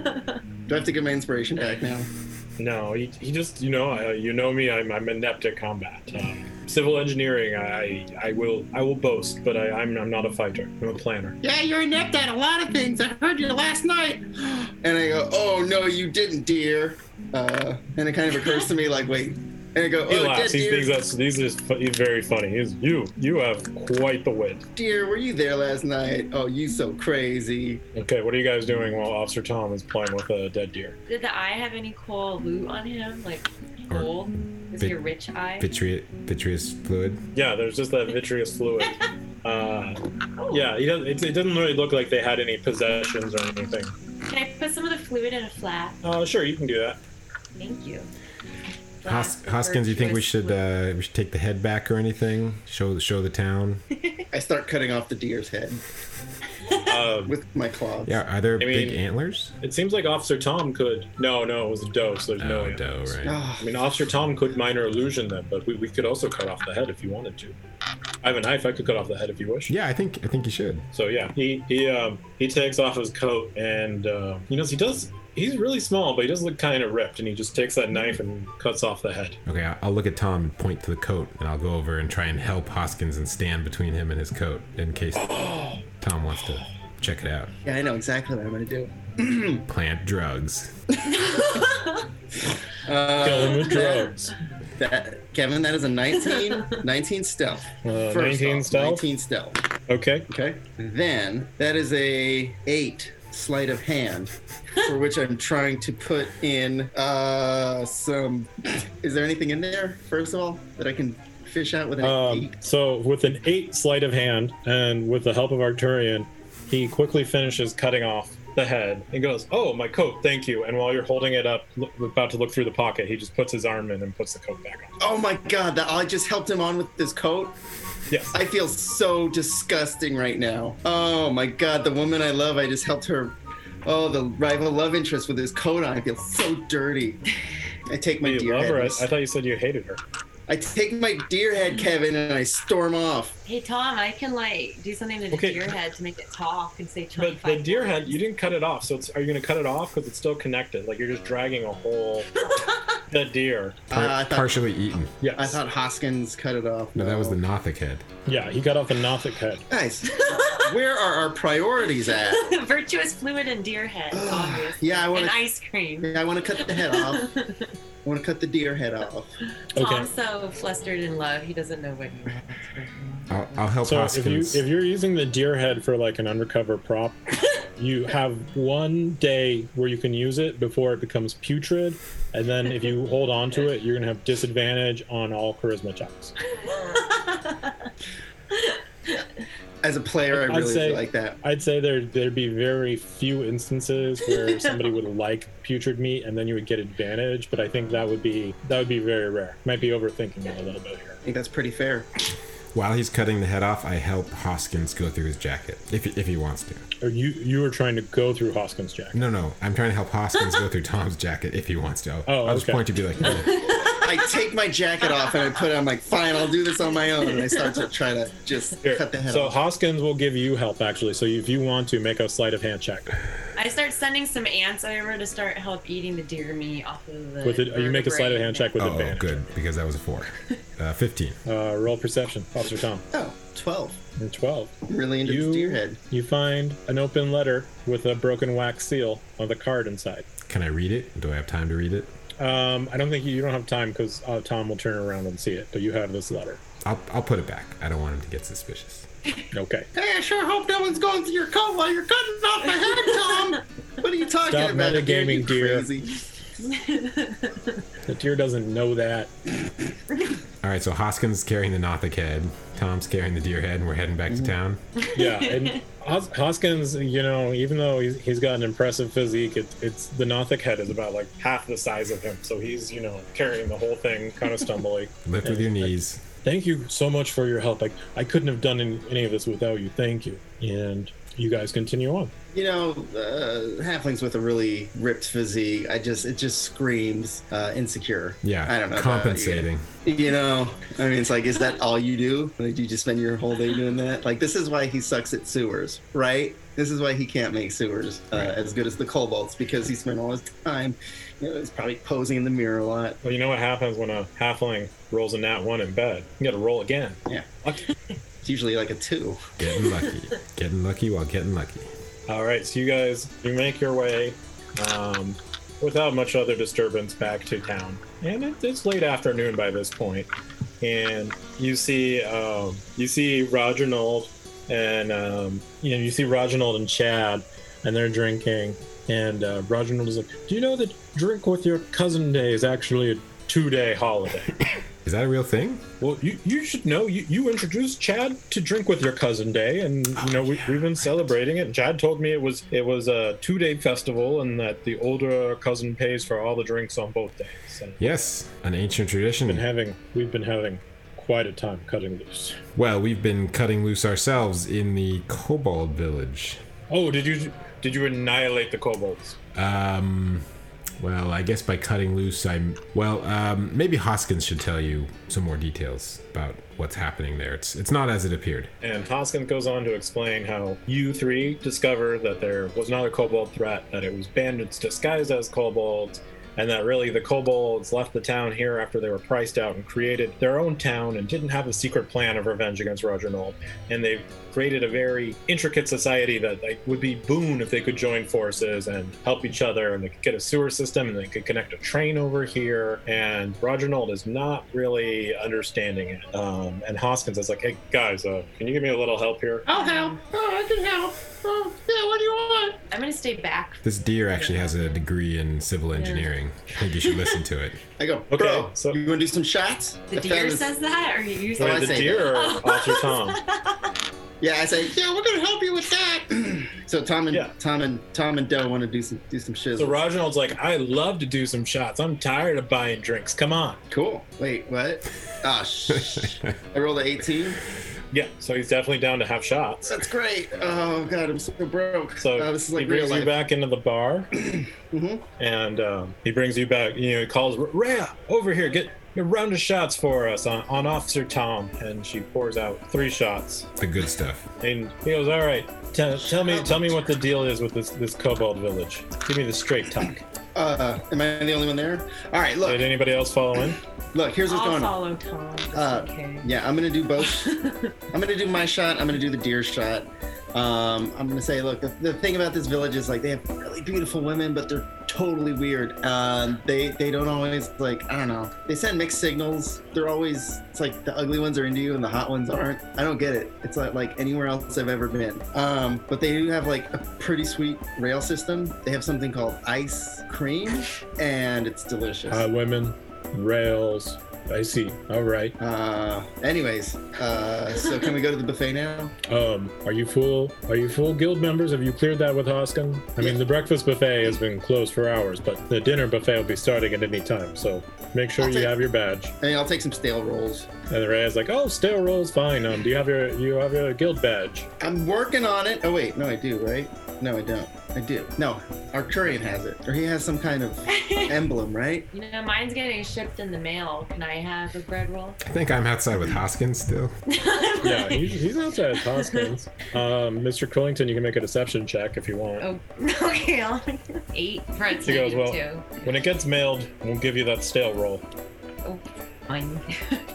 Speaker 4: Do I have to get my inspiration back now?
Speaker 3: No, he, he just you know uh, you know me. I'm, I'm inept at combat. Um, civil engineering, I I will I will boast, but I, I'm I'm not a fighter. I'm a planner.
Speaker 7: Yeah, you're inept at a lot of things. I heard you last night.
Speaker 4: And I go, oh no, you didn't, dear. Uh, and it kind of occurs to me like, wait. And I go,
Speaker 3: He
Speaker 4: oh, dead
Speaker 3: laughs. He
Speaker 4: deer,
Speaker 3: thinks that's he's just fu- he's very funny. He's you you have quite the wit.
Speaker 4: dear, were you there last night? Oh, you so crazy.
Speaker 3: Okay, what are you guys doing while Officer Tom is playing with a dead deer?
Speaker 5: Did the eye have any cool loot on him? Like
Speaker 6: Or
Speaker 5: gold? Is
Speaker 6: bit-
Speaker 5: your rich eye?
Speaker 6: Vitreous, vitreous fluid.
Speaker 3: Yeah, there's just that vitreous fluid. Uh, yeah, he does, it, it doesn't really look like they had any possessions or anything.
Speaker 5: Can I put some of the fluid in a flask?
Speaker 3: Uh, sure, you can do that.
Speaker 5: Thank you.
Speaker 6: Hos-
Speaker 5: Flask of
Speaker 6: Hoskins, you think we
Speaker 5: virtuous
Speaker 6: should
Speaker 5: fluid.
Speaker 6: uh, we should take the head back or anything? Show show the town.
Speaker 4: I start cutting off the deer's head
Speaker 3: Um,
Speaker 4: with my claws.
Speaker 6: Yeah, are there big
Speaker 3: mean-
Speaker 6: antlers?
Speaker 3: It seems like Officer Tom could. No, no, it was a doe, so there's no.
Speaker 6: oh,
Speaker 3: animals.
Speaker 6: doe, right.
Speaker 4: Ah,
Speaker 3: I mean, Officer Tom could minor illusion them, but we, we could also cut off the head if you wanted to. I have a knife. I could cut off the head if you wish.
Speaker 6: Yeah, I think I think you should.
Speaker 3: So yeah, he he um, he takes off his coat and uh, you know he does. He's really small, but he does look kind of ripped, and he just takes that knife and cuts off the head.
Speaker 6: Okay, I- I'll look at Tom and point to the coat, and I'll go over and try and help Hoskins and stand between him and his coat in case Tom wants to check it out.
Speaker 4: yeah, I know exactly what I'm gonna do.
Speaker 6: Plant drugs.
Speaker 3: Kill him
Speaker 4: Uh,
Speaker 3: with drugs.
Speaker 4: that, Kevin, that is a 19, 19 stealth.
Speaker 3: Uh,
Speaker 4: First
Speaker 3: 19
Speaker 4: off,
Speaker 3: stealth?
Speaker 4: 19 stealth.
Speaker 3: Okay.
Speaker 4: Okay. Then that is a eight sleight of hand, for which I'm trying to put in uh some. Is there anything in there? First of all, that I can fish out with an
Speaker 3: Um,
Speaker 4: eight.
Speaker 3: so with an eight sleight of hand, and with the help of Arcturian, he quickly finishes cutting off the head. He goes, "Oh, my coat, thank you." And while you're holding it up, look, about to look through the pocket, he just puts his arm in and puts the coat back on.
Speaker 4: Oh my god! That I just helped him on with his coat.
Speaker 3: Yes.
Speaker 4: I feel so disgusting right now. Oh my god! The woman I love, I just helped her. Oh, the rival love interest with his coat on. I feel so dirty. I take my
Speaker 3: You
Speaker 4: deer
Speaker 3: love
Speaker 4: head.
Speaker 3: her. I,
Speaker 4: and
Speaker 3: I
Speaker 4: s-
Speaker 3: thought you said you hated her.
Speaker 4: I take my deer head, Kevin, and I storm off.
Speaker 5: Hey, Tom, I can like do something to the
Speaker 3: Okay.
Speaker 5: deer head to make it talk and say 25.
Speaker 3: But the deer head, you didn't cut it off. So it's, are you going to cut it off? Because it's still connected. Like you're just dragging a whole the deer.
Speaker 6: Par-
Speaker 4: Uh, I thought-
Speaker 6: partially eaten.
Speaker 3: Yes.
Speaker 4: I thought Hoskins cut it off.
Speaker 6: No, that was the Nothic head.
Speaker 3: yeah, he cut off the Nothic head.
Speaker 4: nice. Where are our priorities at?
Speaker 5: Virtuous fluid and deer head, obviously.
Speaker 4: Yeah, I want
Speaker 5: and
Speaker 4: to.
Speaker 5: ice cream.
Speaker 4: I want to cut the head off. I want to cut the deer head off.
Speaker 3: Okay.
Speaker 5: Tom's so flustered in love, he doesn't know what he wants. right now.
Speaker 6: I'll, I'll help
Speaker 3: So if you
Speaker 6: Hoskins.
Speaker 3: if you're using the deer head for like an undercover prop, you have one day where you can use it before it becomes putrid, and then if you hold on to it, you're gonna have disadvantage on all charisma checks.
Speaker 4: As a player, I
Speaker 3: I'd
Speaker 4: really
Speaker 3: say-
Speaker 4: like that.
Speaker 3: I'd say there there'd be very few instances where somebody would like putrid meat and then you would get advantage, but I think that would be that would be very rare. Might be overthinking it a little bit here.
Speaker 4: I think that's pretty fair.
Speaker 6: While he's cutting the head off, I help Hoskins go through his jacket if if he wants to.
Speaker 3: Or you you were trying to go through Hoskins Jack.
Speaker 6: No, no, I'm trying to help Hoskins go through Tom's jacket if he wants to. I'll,
Speaker 3: Oh,
Speaker 6: I'll just
Speaker 3: okay.
Speaker 6: point to be like, "Eh."
Speaker 4: I take my jacket off and I put it. I'm like, fine, I'll do this on my own. And I start to try to just
Speaker 3: Here,
Speaker 4: cut the head
Speaker 3: so
Speaker 4: off.
Speaker 3: Hoskins will give you help actually. So if you want to make a sleight of hand check
Speaker 5: I start sending some ants over to start help eating the deer meat off of the.
Speaker 3: with it, you make a sleight of hand check with
Speaker 6: oh,
Speaker 3: advantage.
Speaker 6: good because that was a four, uh, fifteen.
Speaker 3: Uh, roll perception, Officer Tom.
Speaker 4: oh, 12.
Speaker 3: And twelve.
Speaker 4: I'm really into
Speaker 3: You
Speaker 4: this deer head.
Speaker 3: you find an open letter with a broken wax seal on the card inside.
Speaker 6: Can I read it? Do I have time to read it?
Speaker 3: Um, I don't think you, you don't have time because uh, Tom will turn around and see it. But you have this letter.
Speaker 6: I'll I'll put it back. I don't want him to get suspicious.
Speaker 3: Okay.
Speaker 4: Hey, I sure hope no one's going through your coat while you're cutting off my head, Tom. What are you talking
Speaker 3: Stop
Speaker 4: about? again,
Speaker 3: metagaming,
Speaker 4: you
Speaker 3: dear.
Speaker 4: Crazy.
Speaker 3: The deer doesn't know that.
Speaker 6: All right, so Hoskins carrying the Nothic head, Tom's carrying the deer head, and we're heading back to
Speaker 4: Mm-hmm.
Speaker 6: town.
Speaker 3: Yeah. And Hos- Hoskins, you know, even though he's, he's got an impressive physique, it, it's the Nothic head is about like half the size of him. So he's, you know, carrying the whole thing kind of stumbly.
Speaker 6: Lift with your knees.
Speaker 3: Thank you so much for your help. Like, I couldn't have done any, any of this without you. Thank you. And you guys continue on.
Speaker 4: You know, uh, halflings with a really ripped physique. I just, it just screams uh, insecure.
Speaker 6: Yeah,
Speaker 4: I don't know. about you.
Speaker 6: compensating.
Speaker 4: You know, I mean, it's like, is that all you do? Like, you just spend your whole day doing that? Like, this is why he sucks at sewers, right? This is why he can't make sewers uh, as good as the kobolds because he spent all his time. You know, he's probably posing in the mirror a lot.
Speaker 3: Well, you know what happens when a halfling rolls a nat one in bed? You got to roll again.
Speaker 4: Yeah,
Speaker 3: What?
Speaker 4: it's usually like a two.
Speaker 6: Getting lucky, getting lucky while getting lucky.
Speaker 3: All right, so you guys, you make your way um, without much other disturbance back to town, and it, it's late afternoon by this point. And you see, um, you see Roginald, and um, you know, you see Roginald and Chad, and they're drinking. And uh, Roginald is like, "Do you know that drink with your cousin day is actually a two-day holiday?"
Speaker 6: Is that a real thing?
Speaker 3: Well, you, you should know. You, you introduced Chad to drink with your cousin day, and you know we, we've been celebrating it. Chad told me it was it was a two day festival, and that the older cousin pays for all the drinks on both days. And
Speaker 6: Yes, an ancient
Speaker 3: been
Speaker 6: tradition.
Speaker 3: having we've been having quite a time cutting loose.
Speaker 6: Well, we've been cutting loose ourselves in the Kobold village.
Speaker 3: Oh, did you did you annihilate the kobolds?
Speaker 6: Um, well, I guess by cutting loose, I'm. Well, um, maybe Hoskins should tell you some more details about what's happening there. It's it's not as it appeared.
Speaker 3: And Toskin goes on to explain how you three discover that there was not a kobold threat, that it was bandits disguised as kobolds, and that really the kobolds left the town here after they were priced out and created their own town and didn't have a secret plan of revenge against Roger Knoll. And they've created a very intricate society that like, would be boon if they could join forces and help each other and they could get a sewer system and they could connect a train over here. And Roger Knoll is not really understanding it. Um, and Hoskins is like, hey, guys, uh, can you give me a little help here?
Speaker 7: I'll help. Oh, I can help. Oh, yeah, what do you want?
Speaker 5: I'm gonna stay back.
Speaker 6: This deer actually has a degree in civil engineering. I think you should listen to it.
Speaker 4: I go,
Speaker 3: Okay,
Speaker 4: bro,
Speaker 3: so-
Speaker 4: you want to do some shots?
Speaker 5: The
Speaker 4: I
Speaker 5: deer
Speaker 4: found this-
Speaker 5: says that, or you use
Speaker 4: Well,
Speaker 3: Wait,
Speaker 4: Oh, I
Speaker 3: the
Speaker 4: say
Speaker 3: deer or Officer Tom?
Speaker 4: Yeah, I say, yeah, we're gonna help you with that. so Tom and
Speaker 3: Yeah.
Speaker 4: Tom and Tom and Doe want to do some do some shiz.
Speaker 3: So Reginald's like, I love to do some shots. I'm tired of buying drinks. Come on.
Speaker 4: cool. Wait, what? Ah, shh. I rolled an 18.
Speaker 3: Yeah, so he's definitely down to have shots.
Speaker 4: That's great. Oh god, I'm so broke.
Speaker 3: So
Speaker 4: Oh, this is
Speaker 3: he
Speaker 4: like real
Speaker 3: brings you
Speaker 4: life.
Speaker 3: back into the bar,
Speaker 4: Mhm.
Speaker 3: and um, he brings you back. You know, he calls Rhea over here. Get a round of shots for us on, on Officer Tom. And she pours out three shots.
Speaker 6: The good stuff.
Speaker 3: And he goes, All right, tell, tell me tell me what the deal is with this, this kobold village. Give me the straight talk.
Speaker 4: Uh, am I the only one there? All right,
Speaker 3: Did
Speaker 4: look,
Speaker 3: anybody else follow in?
Speaker 4: look. Here's what's
Speaker 5: I'll
Speaker 4: going on.
Speaker 5: follow Tom. Just
Speaker 4: Uh,
Speaker 5: in case.
Speaker 4: Yeah, I'm gonna do both. I'm gonna do my shot. I'm gonna do the deer shot. Um, I'm gonna say, look, the, the thing about this village is like they have really beautiful women, but they're totally weird. Uh, they they don't always like I don't know. They send mixed signals. They're always it's like the ugly ones are into you and the hot ones aren't. I don't get it. It's not like anywhere else I've ever been. Um, but they do have like a pretty sweet rail system. They have something called ice cream, and it's delicious.
Speaker 3: Hot Uh, women, rails. I see. All right.
Speaker 4: Uh, anyways, uh, so can we go to the buffet now?
Speaker 3: Um, are you full? Are you full guild members? Have you cleared that with Hoskin? I mean,
Speaker 4: Yeah.
Speaker 3: the breakfast buffet has been closed for hours, but the dinner buffet will be starting at any time. So make sure
Speaker 4: I'll
Speaker 3: you
Speaker 4: take-
Speaker 3: have your badge.
Speaker 4: I mean, I'll take some stale rolls.
Speaker 3: And the Ray's like, "Oh, stale rolls, fine. Um, do you have your you have your guild badge?
Speaker 4: I'm working on it. Oh wait, no, I do, right? No, I don't. I do. No, Arcturian has it, or he has some kind of emblem, right?
Speaker 5: You know, mine's getting shipped in the mail. Can I have a bread roll?
Speaker 6: I think I'm outside with Hoskins still.
Speaker 3: Yeah, he's, he's outside of Hoskins. Um, Mr. Crillington, you can make a deception check if you want.
Speaker 5: Oh, okay. I'll- Eight for a
Speaker 3: She goes,
Speaker 5: two.
Speaker 3: "Well, When it gets mailed, we'll give you that stale roll.
Speaker 5: Oh, fine.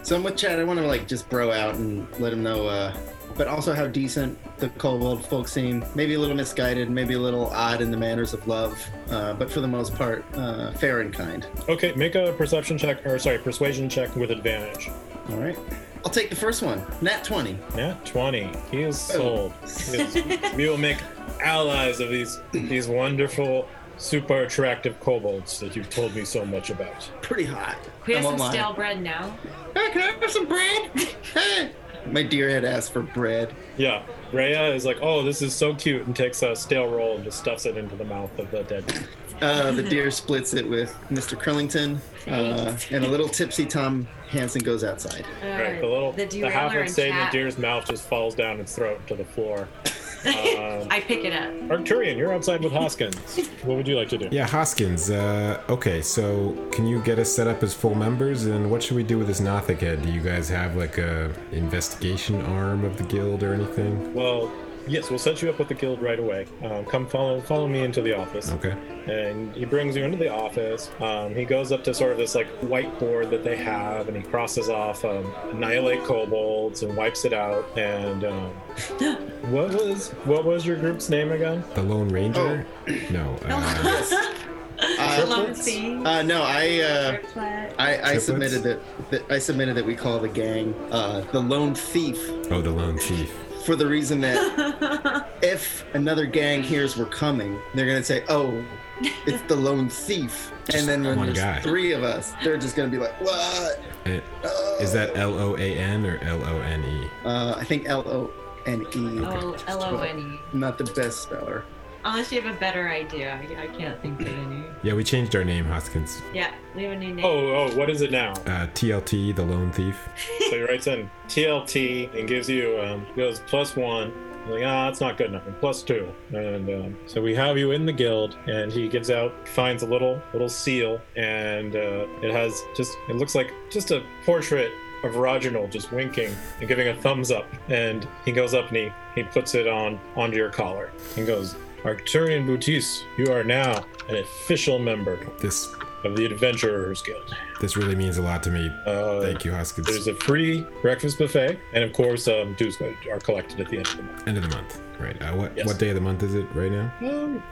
Speaker 4: So I'm with Chad. I want to like just bro out and let him know, uh, but also how decent the kobold folk seem. Maybe a little misguided, maybe a little odd in the manners of love, uh, but for the most part, uh, fair and kind.
Speaker 3: Okay, make a perception check or sorry, persuasion check with advantage.
Speaker 4: All right. I'll take the first one. Nat 20.
Speaker 3: Yeah, twenty. He is sold. He is- we will make allies of these these wonderful, super attractive kobolds that you've told me so much about.
Speaker 4: Pretty hot.
Speaker 5: We
Speaker 4: I
Speaker 5: have
Speaker 4: won't
Speaker 5: some
Speaker 4: lie.
Speaker 5: stale bread now.
Speaker 7: Hey, can I have some bread? Hey,
Speaker 4: My deer had asked for bread.
Speaker 3: Yeah, Rhea is like, oh, this is so cute, and takes a stale roll and just stuffs it into the mouth of the dead.
Speaker 4: Uh, the deer splits it with Mr. Curlington, uh, and a little tipsy Tom Hansen goes outside.
Speaker 5: Uh,
Speaker 3: Right, the little the,
Speaker 5: derailer
Speaker 3: half
Speaker 5: in
Speaker 3: halfling stayed in the
Speaker 5: chat.
Speaker 3: deer's mouth just falls down its throat to the floor. Um,
Speaker 5: I pick it up.
Speaker 3: Arcturian, you're outside with Hoskins. What would you like to do?
Speaker 6: Yeah, Hoskins. Uh, okay, so can you get us set up as full members? And what should we do with this Nothic head? Do you guys have like a investigation arm of the guild or anything?
Speaker 3: Well, yes, we'll set you up with the guild right away. Um, come follow follow me into the office.
Speaker 6: Okay.
Speaker 3: and he brings you into the office. Um, he goes up to sort of this like whiteboard that they have, and he crosses off um, annihilate kobolds and wipes it out. And um, what was what was your group's name again?
Speaker 6: The Lone Ranger? No. Uh,
Speaker 5: Lone
Speaker 3: Triplets?
Speaker 5: Sea,
Speaker 4: Uh, no, I, uh,
Speaker 5: triplet.
Speaker 4: I, I
Speaker 6: Triplets?
Speaker 4: submitted that, that I submitted that we call the gang uh, the Lone Thief
Speaker 6: oh, the Lone Chief.
Speaker 4: for the reason that if another gang hears we're coming, they're gonna say, "Oh, it's the Lone Thief," and then when
Speaker 6: one
Speaker 4: there's
Speaker 6: guy.
Speaker 4: three of us, they're just gonna be like, "What?"
Speaker 6: Eh, Is that L O A N or L O N E?
Speaker 4: Uh, I think L O N E.
Speaker 5: Oh, L-O-N-E.
Speaker 4: Not the best speller.
Speaker 5: Unless you have a better idea. I, I can't think of any.
Speaker 6: Yeah, we changed our name, Hoskins.
Speaker 5: Yeah, we have a new name.
Speaker 3: Oh, oh, what is it now?
Speaker 6: Uh, TLT, the Lone Thief.
Speaker 3: so he writes in TLT and gives you um, goes plus one. I'm like, ah, that's not good enough. And plus two, and um, so we have you in the guild. And he gives out, finds a little little seal, and uh, it has just it looks like just a portrait of Roginal just winking and giving a thumbs up. And he goes up and he he puts it on onto your collar and goes, Arcturian Boutis, you are now an official member
Speaker 6: This
Speaker 3: of the Adventurers Guild.
Speaker 6: this really means a lot to me.
Speaker 3: Uh,
Speaker 6: Thank you, Hoskins.
Speaker 3: there's a free breakfast buffet, and of course, um, dues are collected at the end of the month.
Speaker 6: End of the month, right? Uh, what
Speaker 3: Yes.
Speaker 6: what day of the month is it right now?
Speaker 3: Um,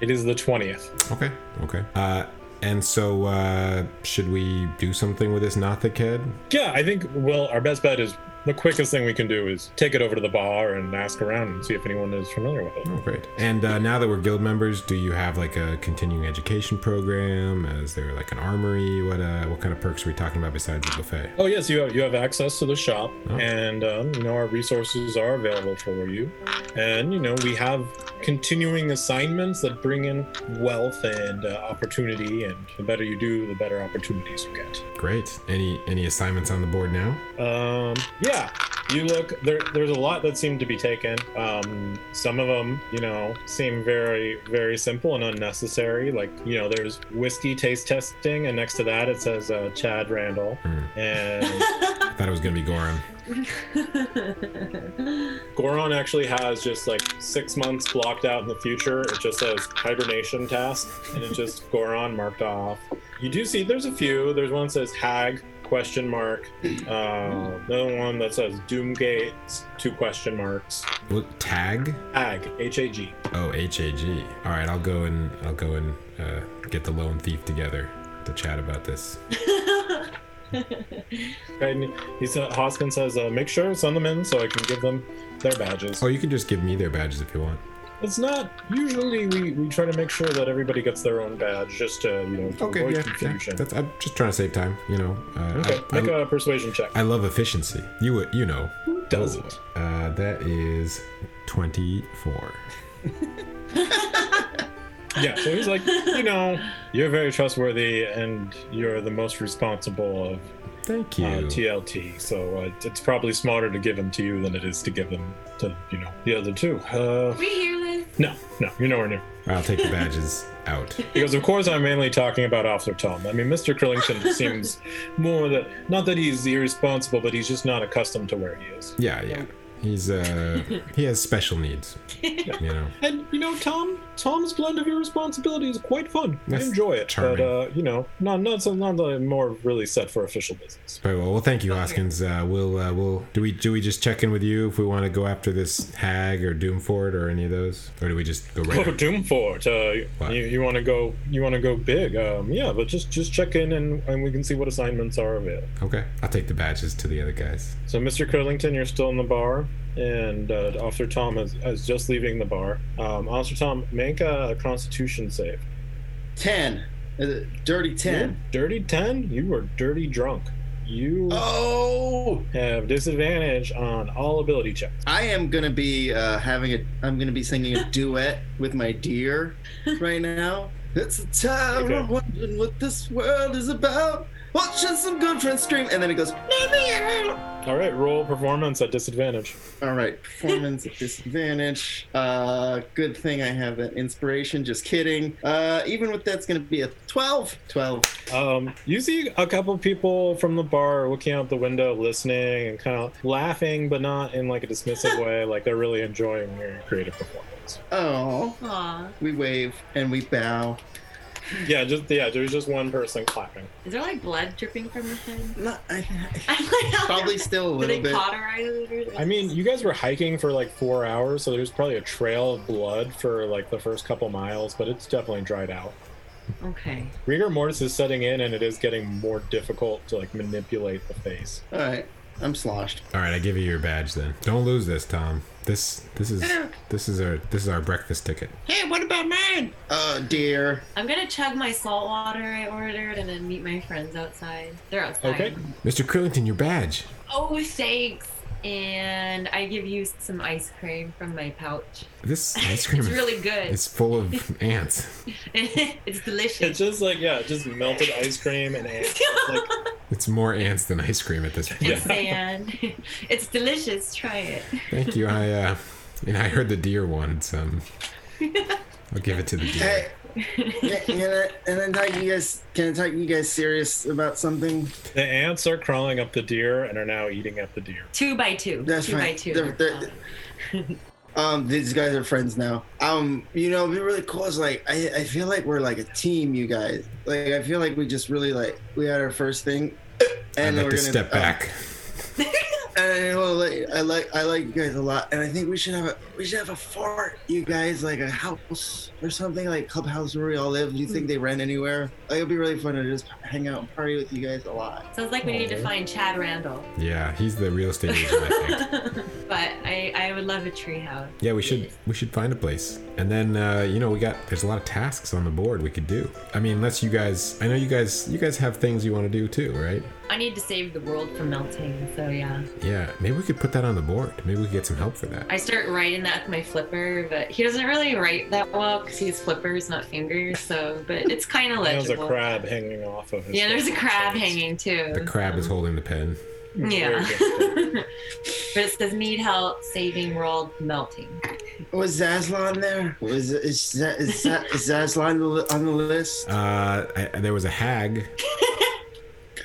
Speaker 3: it is the twentieth.
Speaker 6: Okay, okay. Uh, and so uh, should we do something with this Nothic head?
Speaker 3: Yeah, I think. Well, our best bet is the quickest thing we can do is take it over to the bar and ask around and see if anyone is familiar with it.
Speaker 6: Oh, great. And uh, now that we're guild members, do you have like a continuing education program? Is there like an armory? What uh, what kind of perks are we talking about besides the buffet?
Speaker 3: Oh yes, you have you have access to the shop,
Speaker 6: Oh.
Speaker 3: and um, you know our resources are available for you, and you know we have continuing assignments that bring in wealth and uh, opportunity, and the better you do, the better opportunities you get.
Speaker 6: Great. Any any assignments on the board now?
Speaker 3: Um, yeah. you look there. There's a lot that seem to be taken. Um, some of them, you know, seem very, very simple and unnecessary. Like, you know, there's whiskey taste testing, and next to that it says uh, Chad Randall, and
Speaker 6: Thought it was gonna be Goran.
Speaker 3: Goron actually has just like six months blocked out in the future. It just says hibernation task, and it's just Goron marked off. You do see there's a few. There's one that says hag question mark. Uh, another one that says doomgate two question marks.
Speaker 6: What tag?
Speaker 3: Hag H A G.
Speaker 6: Oh, H A G. All right, I'll go and I'll go and uh, get the lone thief together to chat about this.
Speaker 3: And he said Hoskins says uh, make sure send them in so I can give them their badges.
Speaker 6: Oh, you can just give me their badges if you want.
Speaker 3: It's not usually we, we try to make sure that everybody gets their own badge just to you know to avoid confusion.
Speaker 6: That's, I'm just trying to save time. You know, uh,
Speaker 3: Okay,
Speaker 6: I,
Speaker 3: make
Speaker 6: I,
Speaker 3: a persuasion check.
Speaker 6: I love efficiency. You would- you know.
Speaker 3: doesn't?
Speaker 6: Uh, that is twenty four.
Speaker 3: Yeah, so he's like, you know, you're very trustworthy and you're the most responsible of
Speaker 6: Thank
Speaker 3: uh,
Speaker 6: you.
Speaker 3: TLT. So uh, it's probably smarter to give them to you than it is to give them to, you know, the other two. Uh,
Speaker 5: We hear this.
Speaker 3: no, no, you're nowhere near.
Speaker 6: I'll take the badges out.
Speaker 3: Because, of course, I'm mainly talking about Officer Tom. I mean, Mr. Curlington seems more that, not that he's irresponsible, but he's just not accustomed to where he is.
Speaker 6: Yeah, yeah. He's uh, he has special needs. You know.
Speaker 3: And you know, Tom, Tom's blend of irresponsibility is quite fun. I
Speaker 6: That's
Speaker 3: enjoy it,
Speaker 6: charming.
Speaker 3: but uh, you know, not not so not that I'm more really set for official business.
Speaker 6: Very well. Well, thank you, Hoskins. Uh, we'll uh, we'll do we do we just check in with you if we want to go after this hag or Doomford or any of those, or do we just go
Speaker 3: Go
Speaker 6: right?
Speaker 3: to
Speaker 6: up?
Speaker 3: Oh, Doomfort. Uh,
Speaker 6: Wow.
Speaker 3: you you want to go? You want to go big? Um, yeah, but just just check in and, and we can see what assignments are available.
Speaker 6: Okay, I'll take the badges to the other guys.
Speaker 3: So, Mr. Curlington, you're still in the bar, and uh, Officer Tom is, is just leaving the bar. Um, Officer Tom, make a Constitution save.
Speaker 4: Ten. Is it Dirty ten.
Speaker 3: Dirty ten. You were dirty drunk. You
Speaker 4: Oh,
Speaker 3: have disadvantage on all ability checks.
Speaker 4: I am gonna be uh, having a. I'm gonna be singing a duet with my deer right now. It's a time
Speaker 3: Okay.
Speaker 4: I'm wondering what this world is about. Watching some good friends stream, and then it goes.
Speaker 3: All right, roll performance at disadvantage.
Speaker 4: All right, performance at disadvantage. Uh, good thing I have that inspiration. Just kidding. Uh, even with that's gonna be a 12. 12.
Speaker 3: Um, you see a couple people from the bar looking out the window, listening, and kind of laughing, but not in like a dismissive way. Like they're really enjoying your creative performance.
Speaker 4: Oh,
Speaker 5: Aw.
Speaker 4: we wave and we bow.
Speaker 3: Yeah, just yeah. There's just one person clapping.
Speaker 5: Is there like blood dripping from your head?
Speaker 4: Not, I,
Speaker 5: I'm like,
Speaker 4: probably still a little
Speaker 5: Did they
Speaker 4: bit.
Speaker 5: cauterize it? Or
Speaker 3: I mean, you guys were hiking for like four hours, so there's probably a trail of blood for like the first couple miles, but it's definitely dried out.
Speaker 5: okay.
Speaker 3: Rigor mortis is setting in, and it is getting more difficult to like manipulate the face.
Speaker 4: All right, I'm sloshed.
Speaker 6: All right, I give you your badge then. Don't lose this, Tom. This this is this is our this is our breakfast ticket.
Speaker 7: Hey, what about mine?
Speaker 4: Oh dear.
Speaker 5: I'm gonna chug my salt water I ordered and then meet my friends outside. They're outside.
Speaker 3: Okay.
Speaker 6: Mr. Curlington, your badge.
Speaker 5: Oh, thanks. And I give you some ice cream from my pouch.
Speaker 6: This ice cream
Speaker 5: It's
Speaker 6: is-
Speaker 5: really good.
Speaker 6: It's full of ants.
Speaker 5: it's
Speaker 3: It's
Speaker 5: delicious.
Speaker 3: just like yeah, just melted ice cream and ants. Like
Speaker 6: It's more ants than ice cream at this point.
Speaker 3: Yeah.
Speaker 5: Sand. it's delicious. Try it.
Speaker 6: Thank you. I uh, and I heard the deer wanted some. I'll give it to the deer.
Speaker 4: Hey, yeah, can I, and then talk you guys. Can I talk you guys serious about something?
Speaker 3: The ants are crawling up the deer and are now eating up the deer.
Speaker 5: Two by two.
Speaker 4: That's
Speaker 5: two by
Speaker 4: fine.
Speaker 5: 2
Speaker 4: They're- they're- Um, these guys are friends now. Um, you know, it'd be really cool. Is like I, I feel like we're like a team, you guys. Like I feel like we just really like we had our first thing,
Speaker 6: I'd
Speaker 4: and
Speaker 6: like
Speaker 4: we're
Speaker 6: to
Speaker 4: gonna
Speaker 6: step
Speaker 4: um,
Speaker 6: back.
Speaker 4: And well, like, I like I like you guys a lot, and I think we should have a we should have a fort, you guys, like a house or something, like clubhouse where we all live. Do you think they rent anywhere? Like, it'd be really fun to just hang out and party with you guys a lot.
Speaker 5: Sounds like we need to find Chad Randall.
Speaker 6: Yeah, he's the real estate agent. I think.
Speaker 5: but I, I would love a treehouse.
Speaker 6: Yeah, we should we should find a place, and then uh, you know we got there's a lot of tasks on the board we could do. I mean, unless you guys, I know you guys you guys have things you want to do too, right?
Speaker 5: I need to save the world from melting. So yeah,
Speaker 6: Yeah, maybe we could put that on the board. Maybe we could get some help for that.
Speaker 5: I start writing that with my flipper, but he doesn't really write that well because he has flippers, not fingers. So, but it's kind of
Speaker 3: There's a
Speaker 5: legible.
Speaker 3: crab hanging off of his.
Speaker 5: Yeah, there's a crab
Speaker 3: face.
Speaker 5: hanging too.
Speaker 6: The crab is holding the pen.
Speaker 5: Yeah.
Speaker 3: Very
Speaker 5: but it says need help saving rolled melting.
Speaker 4: Was Zaslan there? Was is, that, is, that, is Zaslan on the- on the list?
Speaker 6: Uh, I, there was a hag.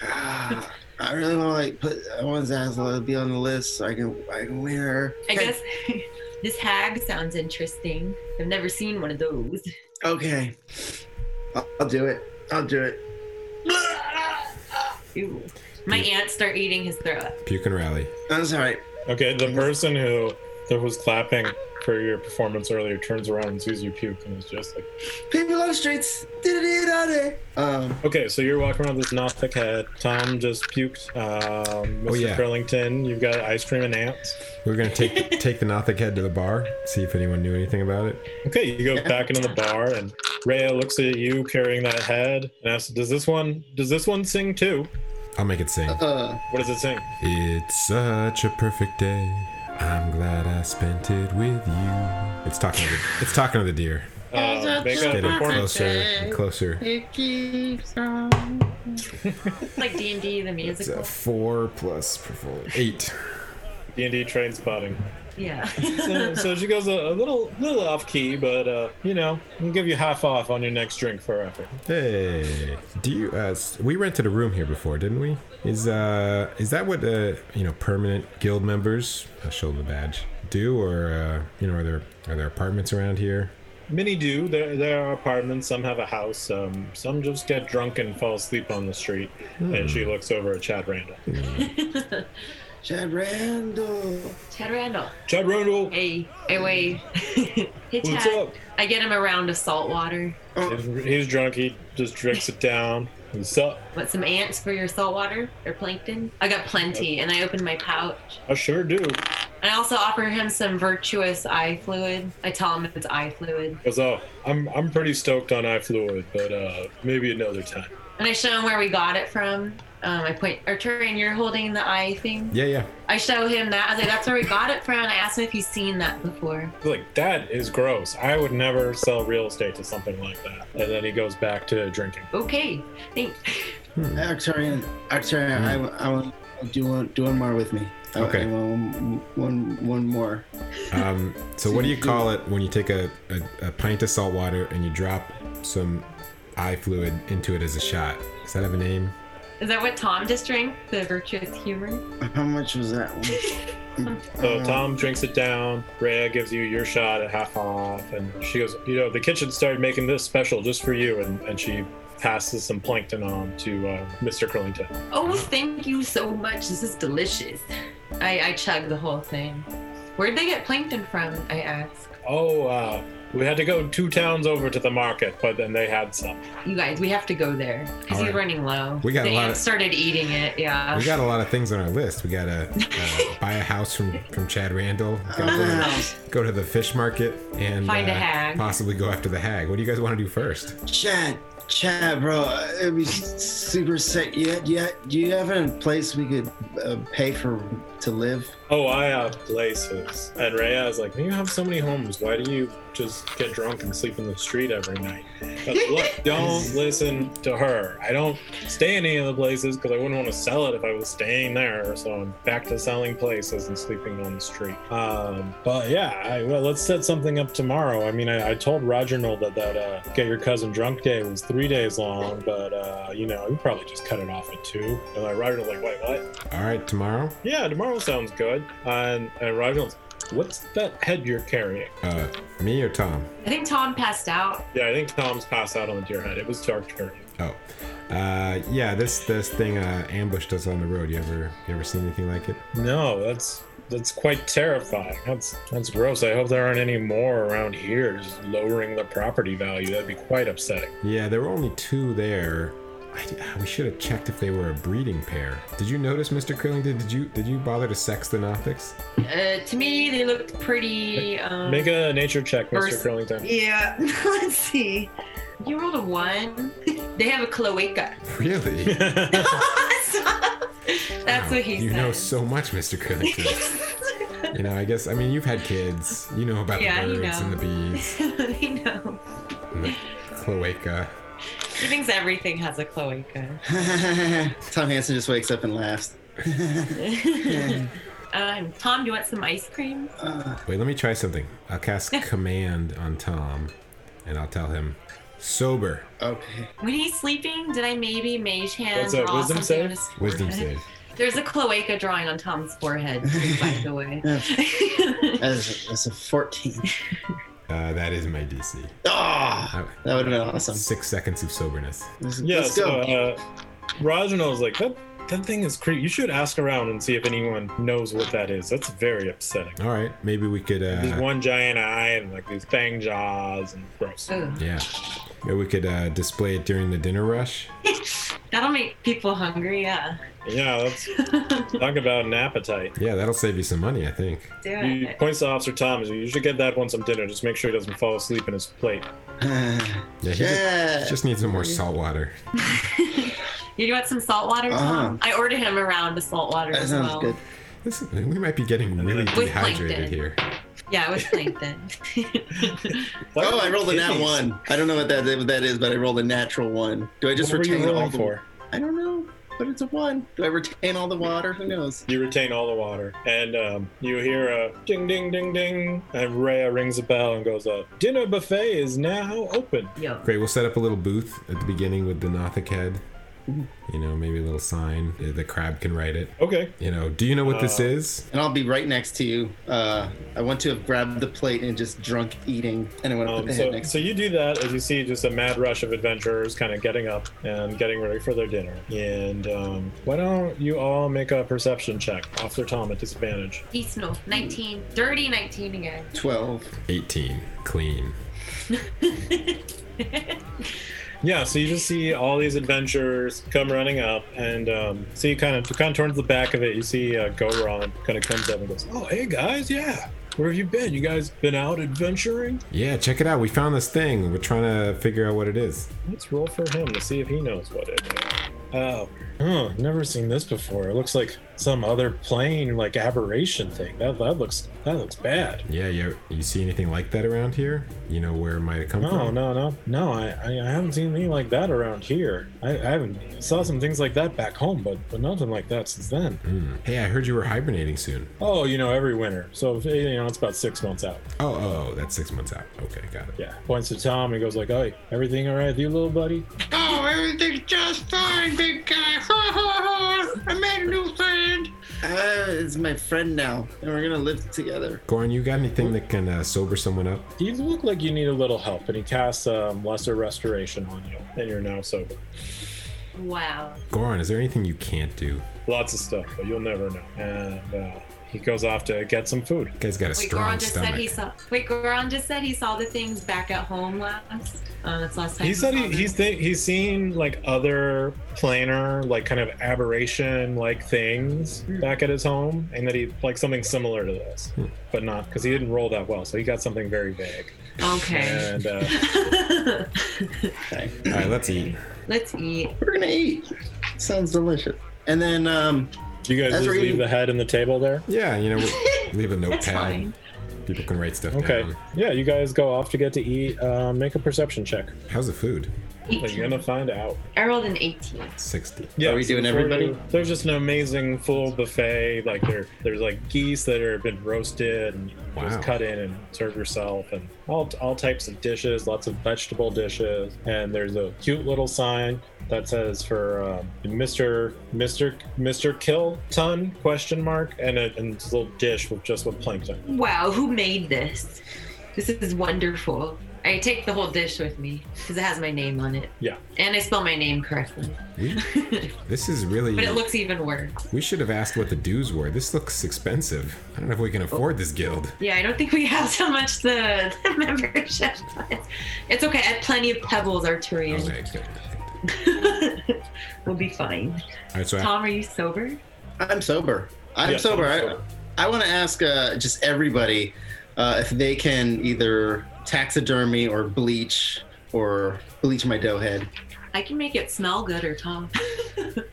Speaker 4: Ah, I really want to like put I want Zaslan to be on the list so I can I can win her.
Speaker 5: I guess this hag sounds interesting. I've never seen one of those.
Speaker 4: Okay, I'll, I'll do it. I'll do it.
Speaker 5: Ew. My aunt start eating his throw up.
Speaker 6: Puke and rally.
Speaker 4: That's all right.
Speaker 3: Okay, the person who that was clapping for your performance earlier turns around and sees you puke and is just like,
Speaker 4: People on the streets. Diddy-diddy-diddy. Um,
Speaker 3: okay, so you're walking around with this Nothic head. Tom just puked. Um, Mr.
Speaker 6: Oh, yeah.
Speaker 3: Curlington, you've got ice cream and ants.
Speaker 6: We were gonna take take the Nothic head to the bar, see if anyone knew anything about it.
Speaker 3: Okay, you go back into the bar and Rhea looks at you carrying that head and asks, "Does this one? Does this one sing too?
Speaker 6: I'll make it sing.
Speaker 4: uh,
Speaker 3: What does it sing?"
Speaker 6: It's such a perfect day. I'm glad I spent it with you. It's talking. To the, it's talking to the deer.
Speaker 3: Uh, make a
Speaker 6: Get it
Speaker 3: performance.
Speaker 6: closer and closer.
Speaker 7: It keeps on.
Speaker 5: It's like D and D the
Speaker 6: It's a
Speaker 5: musical.
Speaker 6: four plus perform- eight.
Speaker 3: D and D train spotting.
Speaker 5: Yeah.
Speaker 3: So, so she goes a, a little, little off key, but uh, you know, I'll give you half off on your next drink for effort.
Speaker 6: Hey, do you? Uh, s- we rented a room here before, didn't we? Is uh, is that what uh, you know, permanent guild members? I'll show them the badge. Do or uh, you know, are there are there apartments around here?
Speaker 3: Many do. There, there are apartments. Some have a house. Um, some just get drunk and fall asleep on the street. And she looks over at Chad Randall.
Speaker 4: Chad Randall.
Speaker 5: Ted Randall.
Speaker 3: Chad Randall,
Speaker 5: Hey, hey, wait. hey,
Speaker 3: what's
Speaker 5: Ted.
Speaker 3: up?
Speaker 5: I get him a round of salt water.
Speaker 3: He's, he's drunk. He just drinks it down. What's up?
Speaker 5: Want some ants for your salt water or plankton? I got plenty, and I open my pouch.
Speaker 3: I sure do.
Speaker 5: I also offer him some virtuous eye fluid. I tell him it's eye fluid.
Speaker 3: Cause uh, I'm, I'm pretty stoked on iFluid, but uh, maybe another time.
Speaker 5: And I show him where we got it from. Um, I point, Arturian, you're holding the eye thing.
Speaker 6: Yeah, yeah.
Speaker 5: I show him that. I was like, that's where we got it from. I asked him if he's seen that before.
Speaker 3: Like that is gross. I would never sell real estate to something like that. And then he goes back to drinking.
Speaker 5: Okay, thanks.
Speaker 4: Octarian, Octarian, I, I want do one, do one more with me. I- I
Speaker 6: Okay.
Speaker 4: want One, one, one more.
Speaker 6: Um, so what do you call it when you take a, a, a pint of salt water and you drop some eye fluid into it as a shot? Does that have a name?
Speaker 5: Is that what Tom just drank? The virtuous humor?
Speaker 4: How much was that one?
Speaker 3: So Tom drinks it down. Rhea gives you your shot at half off, and she goes, "You know, the kitchen started making this special just for you." And, and she passes some plankton on to uh, Mr. Curlington.
Speaker 5: Oh, thank you so much. This is delicious. I, I chug the whole thing. Where'd they get plankton from? I ask.
Speaker 3: Oh, uh, we had to go two towns over to the market, but then they had some.
Speaker 5: You guys, we have to go there because
Speaker 6: All
Speaker 5: he's
Speaker 6: right.
Speaker 5: running low.
Speaker 6: We got a
Speaker 5: the
Speaker 6: lot
Speaker 5: ants
Speaker 6: of-
Speaker 5: started eating it. Yeah.
Speaker 6: We got a lot of things on our list. We gotta uh, buy a house from, from Chad Randall. Gotta go, go to the fish market and
Speaker 5: Uh.
Speaker 6: uh,
Speaker 5: Find a hag.
Speaker 6: Possibly go after the hag. What do you guys want to do first?
Speaker 4: Chad, Chad, bro, it'd be super sick. Yeah, yeah. Do you have a place we could uh, pay for to live?
Speaker 3: Oh, I have places. And Rhea is like, you have so many homes. Why do you just get drunk and sleep in the street every night? But look, don't listen to her. I don't stay in any of the places because I wouldn't want to sell it if I was staying there. So I'm back to selling places and sleeping on the street. Um, but yeah, I, well, let's set something up tomorrow. I mean, I, I told Reginald that that uh, get your cousin drunk day was three days long, but uh, you know, we probably just cut it off at two. And like, Reginald's like, wait, what?
Speaker 6: All right, tomorrow.
Speaker 3: Yeah, tomorrow sounds good. And, and Reginald's, what's that head you're carrying?
Speaker 6: Uh, me or Tom?
Speaker 5: I think Tom passed out.
Speaker 3: Yeah, I think Tom's passed out on the deer head. It was dark turn.
Speaker 6: Oh, uh, yeah. This this thing uh, ambushed us on the road. You ever you ever seen anything like it?
Speaker 3: No, that's that's quite terrifying. That's that's gross. I hope there aren't any more around here, just lowering the property value. That'd be quite upsetting.
Speaker 6: Yeah, there were only two there. I, d- ah, we should have checked if they were a breeding pair. Did you notice, Mr. Curlington? Did you did you bother to sex the Nothics?
Speaker 5: Uh, to me, they looked pretty. Um,
Speaker 3: Make a nature check, Mr.
Speaker 5: First-
Speaker 3: Curlington.
Speaker 5: yeah. Let's see. You rolled a one. they have a cloaca.
Speaker 6: Really?
Speaker 5: That's
Speaker 6: Wow,
Speaker 5: what he
Speaker 6: You
Speaker 5: said.
Speaker 6: know so much, Mr. Curlington. you know, I guess I mean you've had kids. You know about
Speaker 5: Yeah,
Speaker 6: the
Speaker 5: you
Speaker 6: birds and the
Speaker 5: know.
Speaker 6: bees
Speaker 5: you know.
Speaker 6: and the cloaca.
Speaker 5: She thinks everything has a cloaca.
Speaker 4: Tom Hansen just wakes up and laughs.
Speaker 5: Um, Tom, do you want some ice cream?
Speaker 6: Wait, let me try something. I'll cast command on Tom, and I'll tell him sober.
Speaker 4: Okay.
Speaker 5: When he's sleeping, did I maybe mage hand?
Speaker 3: What's that,
Speaker 5: draw
Speaker 3: wisdom
Speaker 5: something
Speaker 3: save?
Speaker 5: on his forehead?
Speaker 6: Wisdom save.
Speaker 5: There's a cloaca drawing on Tom's forehead, too, by the way.
Speaker 4: That's, that's a 14.
Speaker 6: Uh, that is my DC.
Speaker 4: Ah,
Speaker 6: Uh,
Speaker 4: that would have been awesome.
Speaker 6: Six seconds of soberness.
Speaker 4: Let's,
Speaker 3: Yeah,
Speaker 4: let's
Speaker 3: so
Speaker 4: go.
Speaker 3: uh, Rajanal's like, that, that thing is creepy. You should ask around and see if anyone knows what that is. That's very upsetting.
Speaker 6: All right, maybe we could.
Speaker 3: There's
Speaker 6: Uh,
Speaker 3: one giant eye and like these fang jaws and gross.
Speaker 5: Ooh,
Speaker 6: yeah, maybe we could uh, display it during the dinner rush.
Speaker 5: that'll make people hungry, yeah.
Speaker 3: Yeah, let's talk about an appetite.
Speaker 6: Yeah, that'll save you some money, I think.
Speaker 5: Do
Speaker 3: He
Speaker 5: it.
Speaker 3: points to Officer Thomas. You should get that one some dinner. Just make sure he doesn't fall asleep in his plate.
Speaker 6: Yeah, he ju-
Speaker 4: yeah.
Speaker 6: just needs some more salt water.
Speaker 5: You want some salt water, Tom?
Speaker 6: Uh-huh.
Speaker 5: I ordered him around the salt water
Speaker 4: That
Speaker 5: as
Speaker 4: sounds
Speaker 5: well.
Speaker 4: good.
Speaker 6: This, we might be getting really
Speaker 3: With
Speaker 6: dehydrated
Speaker 5: plankton.
Speaker 6: here.
Speaker 5: Yeah, it was plankton.
Speaker 3: Why
Speaker 4: oh,
Speaker 3: are
Speaker 4: I
Speaker 3: you
Speaker 4: rolled a nat
Speaker 3: kidding?
Speaker 4: one. I don't know what that what that is, but I rolled a natural one. Do I just
Speaker 3: What were you
Speaker 4: retain all
Speaker 3: rolling
Speaker 4: the
Speaker 3: for?
Speaker 4: I don't know, but it's a one. Do I retain all the water? Who knows?
Speaker 3: You retain all the water, and um, you hear a ding, ding, ding, ding, and Rhea rings a bell and goes up. Dinner buffet is now open.
Speaker 5: Yo.
Speaker 6: Great, we'll set up a little booth at the beginning with the Nothic head. You know, maybe a little sign. uh, The crab can write it.
Speaker 3: Okay.
Speaker 6: You know, do you know what this
Speaker 3: Uh.
Speaker 6: is?
Speaker 4: And I'll be right next to you. Uh, I want to have grabbed the plate and just drunk eating, and I want to put
Speaker 3: Um,
Speaker 4: the head
Speaker 3: so,
Speaker 4: next.
Speaker 3: so you do that as you see just a mad rush of adventurers kind of getting up and getting ready for their dinner. And um, why don't you all make a perception check? Officer Tom at disadvantage.
Speaker 5: East North, 19. Dirty 19 again.
Speaker 4: Twelve.
Speaker 6: 18. Clean.
Speaker 3: Yeah, so you just see all these adventurers come running up, and um, see kind of kind of towards the back of it, you see uh, Goron kind of comes up and goes, "Oh, hey guys, yeah, where have you been? You guys been out adventuring?
Speaker 6: Yeah, check it out. We found this thing. We're trying to figure out what it is.
Speaker 3: Let's roll for him to see if he knows what it is." Oh, huh, never seen this before. It looks like some other plane, like aberration thing. That that looks that looks bad.
Speaker 6: Yeah, you you see anything like that around here? You know where it might have come
Speaker 3: No,
Speaker 6: from?
Speaker 3: no, no, no. I, I I haven't seen anything like that around here. I, I haven't saw some things like that back home, but but nothing like that since then.
Speaker 6: Hmm. Hey, I heard you were hibernating soon.
Speaker 3: Oh, you know, every winter. So if- you know, it's about six months out.
Speaker 6: Oh, oh, oh, that's six months out. Okay, got it.
Speaker 3: Yeah. Points to Tom and goes like, "Hey, everything all right with you, little buddy?"
Speaker 7: Oh, everything's just fine, big guy. Ha ha ha! I made a new friend.
Speaker 4: Uh, it's my friend now, and we're gonna live together.
Speaker 6: Goran, you got anything that can uh, sober someone up?
Speaker 3: You look like you need a little help, and he casts um, lesser restoration on you, and you're now sober.
Speaker 5: Wow.
Speaker 6: Goran, is there anything you can't do? You
Speaker 3: Lots of stuff, but you'll never know. And uh, he goes off to get some food.
Speaker 6: guys got a
Speaker 5: Wait,
Speaker 6: strong
Speaker 5: Goran just said
Speaker 6: stomach.
Speaker 5: he saw. Wait, Goran just said he saw the things back at home last. Uh, that's last time.
Speaker 3: He said
Speaker 5: saw
Speaker 3: he,
Speaker 5: them.
Speaker 3: he's th- he's seen like other planar, like kind of aberration like things back at his home, and that he like something similar to this, but not because he didn't roll that well, so he got something very vague.
Speaker 5: Okay.
Speaker 3: And uh,
Speaker 4: Okay.
Speaker 6: All right, let's eat.
Speaker 5: Let's eat.
Speaker 4: We're gonna eat. Sounds delicious. And then, um,
Speaker 3: Do you guys
Speaker 4: That's
Speaker 3: just
Speaker 4: really-
Speaker 3: leave the head in the table there?
Speaker 6: Yeah, you know, we- leave a notepad.
Speaker 5: fine.
Speaker 6: People can write stuff
Speaker 3: Okay.
Speaker 6: down.
Speaker 3: Yeah, you guys go off to get to eat. Uh, make a perception check.
Speaker 6: How's the food?
Speaker 3: You're gonna find out.
Speaker 5: I rolled an 18.
Speaker 6: 60.
Speaker 3: Yeah,
Speaker 4: Are we doing
Speaker 3: before
Speaker 4: everybody?
Speaker 3: you- there's just an amazing full buffet. Like there, there's like geese that are been roasted and
Speaker 6: Wow.
Speaker 3: just cut in and serve yourself, and all all types of dishes. Lots of vegetable dishes, and there's a cute little sign that says for um, Mr. Mr. Mr. Kill Ton question mark, and a and this little dish with just with plankton.
Speaker 5: Wow, who made this? This is wonderful. I take the whole dish with me because it has my name on it.
Speaker 3: Yeah.
Speaker 5: And I spell my name correctly.
Speaker 6: We,
Speaker 5: but
Speaker 6: this is really.
Speaker 5: it looks even worse.
Speaker 6: we should have asked what the dues were. This looks expensive. I don't know if we
Speaker 5: Oh.
Speaker 6: can afford this guild.
Speaker 5: Yeah, I don't think we have so much the, the membership. It's okay. I have plenty of pebbles, Arturian.
Speaker 6: Okay, good.
Speaker 5: we'll be fine.
Speaker 6: All right, so I-
Speaker 5: Tom, are you sober?
Speaker 4: I'm sober. I'm
Speaker 3: Yeah,
Speaker 4: sober.
Speaker 3: I'm
Speaker 4: i
Speaker 3: sober.
Speaker 4: I, want to ask uh, just everybody uh, if they can either taxidermy or bleach or bleach my dough head.
Speaker 5: I can make it smell good or Tom.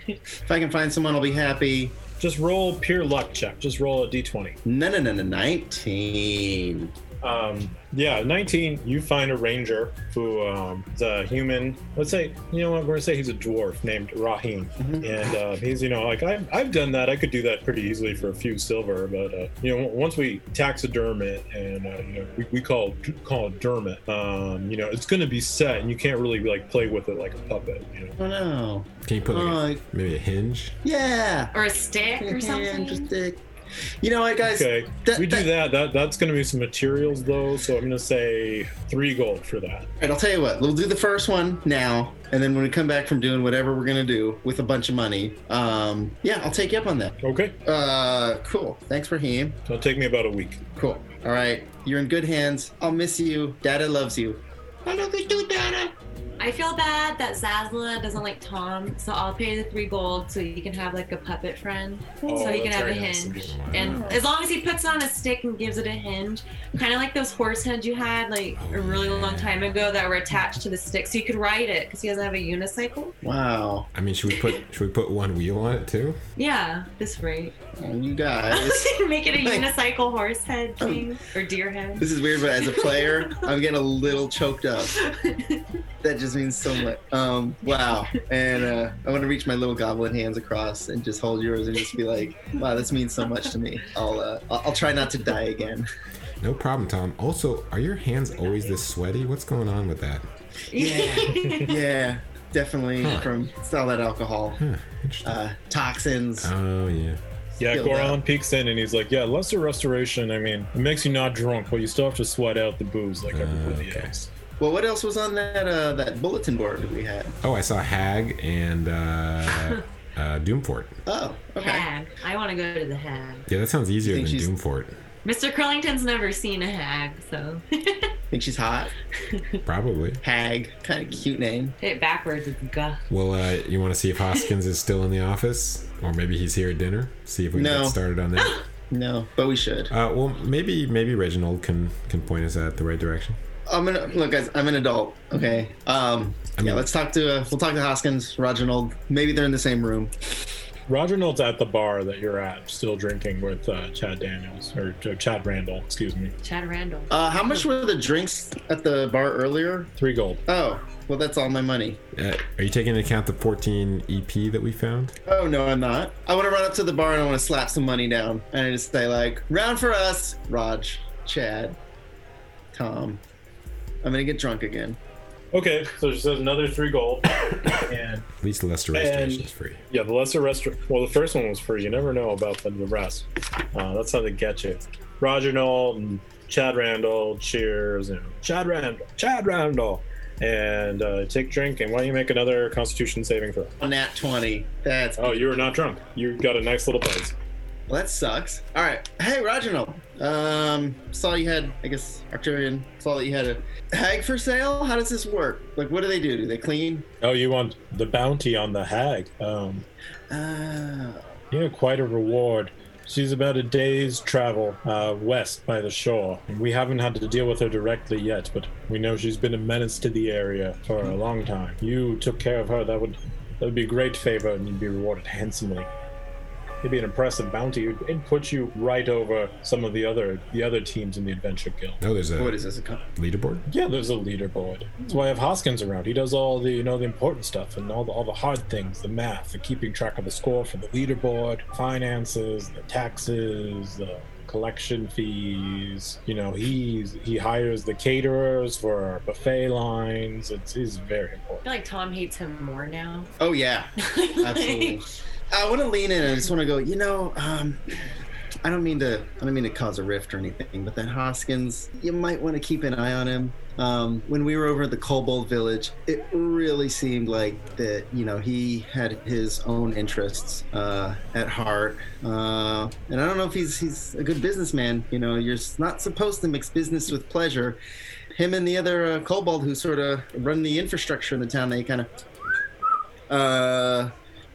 Speaker 4: If I can find someone, I'll be happy.
Speaker 3: Just roll pure luck check. Just roll a d20.
Speaker 4: No, no, no, no, 19.
Speaker 3: Um, yeah, 19, you find a ranger who um, is a human. Let's say, you know what, we're going to say he's a dwarf named Rahim. And uh, he's, you know, like, I've, I've done that. I could do that pretty easily for a few silver. But, uh, you know, once we taxiderm it and, uh, you know, we, we call, call it derm it, um, you know, it's going to be set and you can't really, like, play with it like a puppet, you know.
Speaker 4: Oh no.
Speaker 6: Can you put like a-
Speaker 4: Oh,
Speaker 6: maybe a hinge?
Speaker 4: yeah.
Speaker 5: Or a stick or something.
Speaker 4: Interesting. You know what, guys?
Speaker 3: Okay,
Speaker 4: That-
Speaker 3: we do that.
Speaker 4: that-
Speaker 3: That that's going to be some materials though, so I'm going to say three gold for that.
Speaker 4: All right, I'll tell you what. We'll do the first one now, and then when we come back from doing whatever we're gonna do with a bunch of money, um, yeah, I'll take you up on that.
Speaker 3: Okay,
Speaker 4: Uh, cool. Thanks, Raheem.
Speaker 3: that'll take me about a week.
Speaker 4: Cool. All right, you're in good hands. I'll miss you. Dada loves you.
Speaker 7: I love you too, Dada.
Speaker 5: I feel bad that Zazla doesn't like Tom, so I'll pay the three gold so you can have like a puppet friend.
Speaker 3: Oh,
Speaker 5: so you can
Speaker 3: that's
Speaker 5: have a
Speaker 3: very nice of
Speaker 5: hinge.
Speaker 3: you.
Speaker 5: And as long as he puts on a stick and gives it a hinge, kind of like those horse heads you had like a really long time ago that were attached to the stick, so you could ride it because he doesn't have a unicycle.
Speaker 4: Wow,
Speaker 6: I mean, should we put should we put one wheel on it too?
Speaker 5: Yeah, this rate.
Speaker 4: you guys.
Speaker 5: Make it a
Speaker 4: Hey.
Speaker 5: unicycle horse head thing or deer head.
Speaker 4: This Um, is weird, but as a player, I'm getting a little choked up. That just means so much. Um, wow. And uh, I want to reach my little goblin hands across and just hold yours and just be like, "Wow, this means so much to me." I'll uh, I'll, I'll try not to die again.
Speaker 6: No problem, Tom. Also, are your hands always this sweaty? What's going on with that?
Speaker 4: Yeah, yeah, definitely
Speaker 6: Huh.
Speaker 4: from it's all that alcohol,
Speaker 6: Huh, interesting.
Speaker 4: uh, toxins.
Speaker 6: oh yeah.
Speaker 3: Yeah,
Speaker 4: Still
Speaker 3: Goron peeks in and he's like, "Yeah, lesser restoration. I mean, it makes you not drunk, but you still have to sweat out the booze like everybody
Speaker 6: okay.
Speaker 3: else."
Speaker 4: Well, what else was on that uh, that bulletin board that we had?
Speaker 6: Oh, I saw Hag and uh, uh, Doomfort.
Speaker 4: Oh, okay.
Speaker 5: Hag. I want to go to the hag.
Speaker 6: Yeah, that sounds easier than
Speaker 4: think she's-
Speaker 6: Doomfort.
Speaker 5: Mr. Curlington's never seen a hag, so
Speaker 4: Think she's hot?
Speaker 6: Probably.
Speaker 4: Hag, kind of cute name.
Speaker 5: it backwards is guh.
Speaker 6: Well, uh, you want to see if Hoskins is still in the office, or maybe he's here at dinner. See if we can
Speaker 4: No.
Speaker 6: get started on that.
Speaker 4: No, but we should.
Speaker 6: Uh, well, maybe maybe Reginald can can point us at the right direction.
Speaker 4: I'm gonna look, guys. I'm an adult. Okay. Um.
Speaker 6: I mean-
Speaker 4: yeah. Let's talk to. Uh, we'll talk to Hoskins, Reginald. Maybe they're in the same room.
Speaker 3: Roger Nolt's at the bar that you're at, still drinking with uh, Chad Daniels or uh, Chad Randall, excuse me.
Speaker 5: Chad Randall.
Speaker 4: Uh, how much were the drinks at the bar earlier?
Speaker 3: Three gold.
Speaker 4: Oh, well, that's all my money.
Speaker 6: Uh, are you taking into account the 14 EP that we found?
Speaker 4: Oh no, I'm not. I want to run up to the bar and I want to slap some money down and I just say like, round for us, Raj, Chad, Tom. I'm gonna get drunk again.
Speaker 3: Okay, so she says another three gold, and
Speaker 6: At least the lesser restoration is free.
Speaker 3: yeah, the lesser restaurant. Well, the first one was free. You never know about the, the rest. Uh, that's how they get you. Roger Knoll and Chad Randall. Cheers. You know, Chad Randall. Chad Randall. And uh, take drink. And why don't you make another Constitution saving throw?
Speaker 4: Nat 20. That's
Speaker 3: Oh, you were not drunk. You got a nice little buzz.
Speaker 4: Well, that sucks. All right. Hey, Reginald. Um, saw you had, I guess, Arcturian. Saw that you had a hag for sale. How does this work? Like, what do they do? Do they clean?
Speaker 3: Oh, you want the bounty on the hag? Um,
Speaker 4: Uh,
Speaker 3: Yeah, quite a reward. She's about a day's travel uh, west by the shore. We haven't had to deal with her directly yet, but we know she's been a menace to the area for a long time. You took care of her. That would that would be a great favor, and you'd be rewarded handsomely. It'd be an impressive bounty. It'd- It'd put you right over some of the other the other teams in the adventure guild.
Speaker 6: Oh, there's a
Speaker 4: what is this? A con-
Speaker 6: leaderboard.
Speaker 3: Yeah, there's a leaderboard. That's why I have Hoskins around. He does all the you know the important stuff and all the all the hard things, the math, the keeping track of the score for the leaderboard, finances, the taxes, the collection fees. You know, he's he hires the caterers for our buffet lines. It's he's very
Speaker 5: I
Speaker 3: important.
Speaker 5: feel like Tom hates him more now.
Speaker 4: oh yeah, absolutely. I want to lean in. I just want to go. You know, um, I don't mean to. I don't mean to cause a rift or anything. But that Hoskins, you might want to keep an eye on him. Um, when we were over at the Kobold Village, it really seemed like that. You know, he had his own interests uh, at heart, uh, and I don't know if he's he's a good businessman. You know, you're s- not supposed to mix business with pleasure. Him and the other uh, Kobold who sort of run the infrastructure in the town, they kind of. Uh,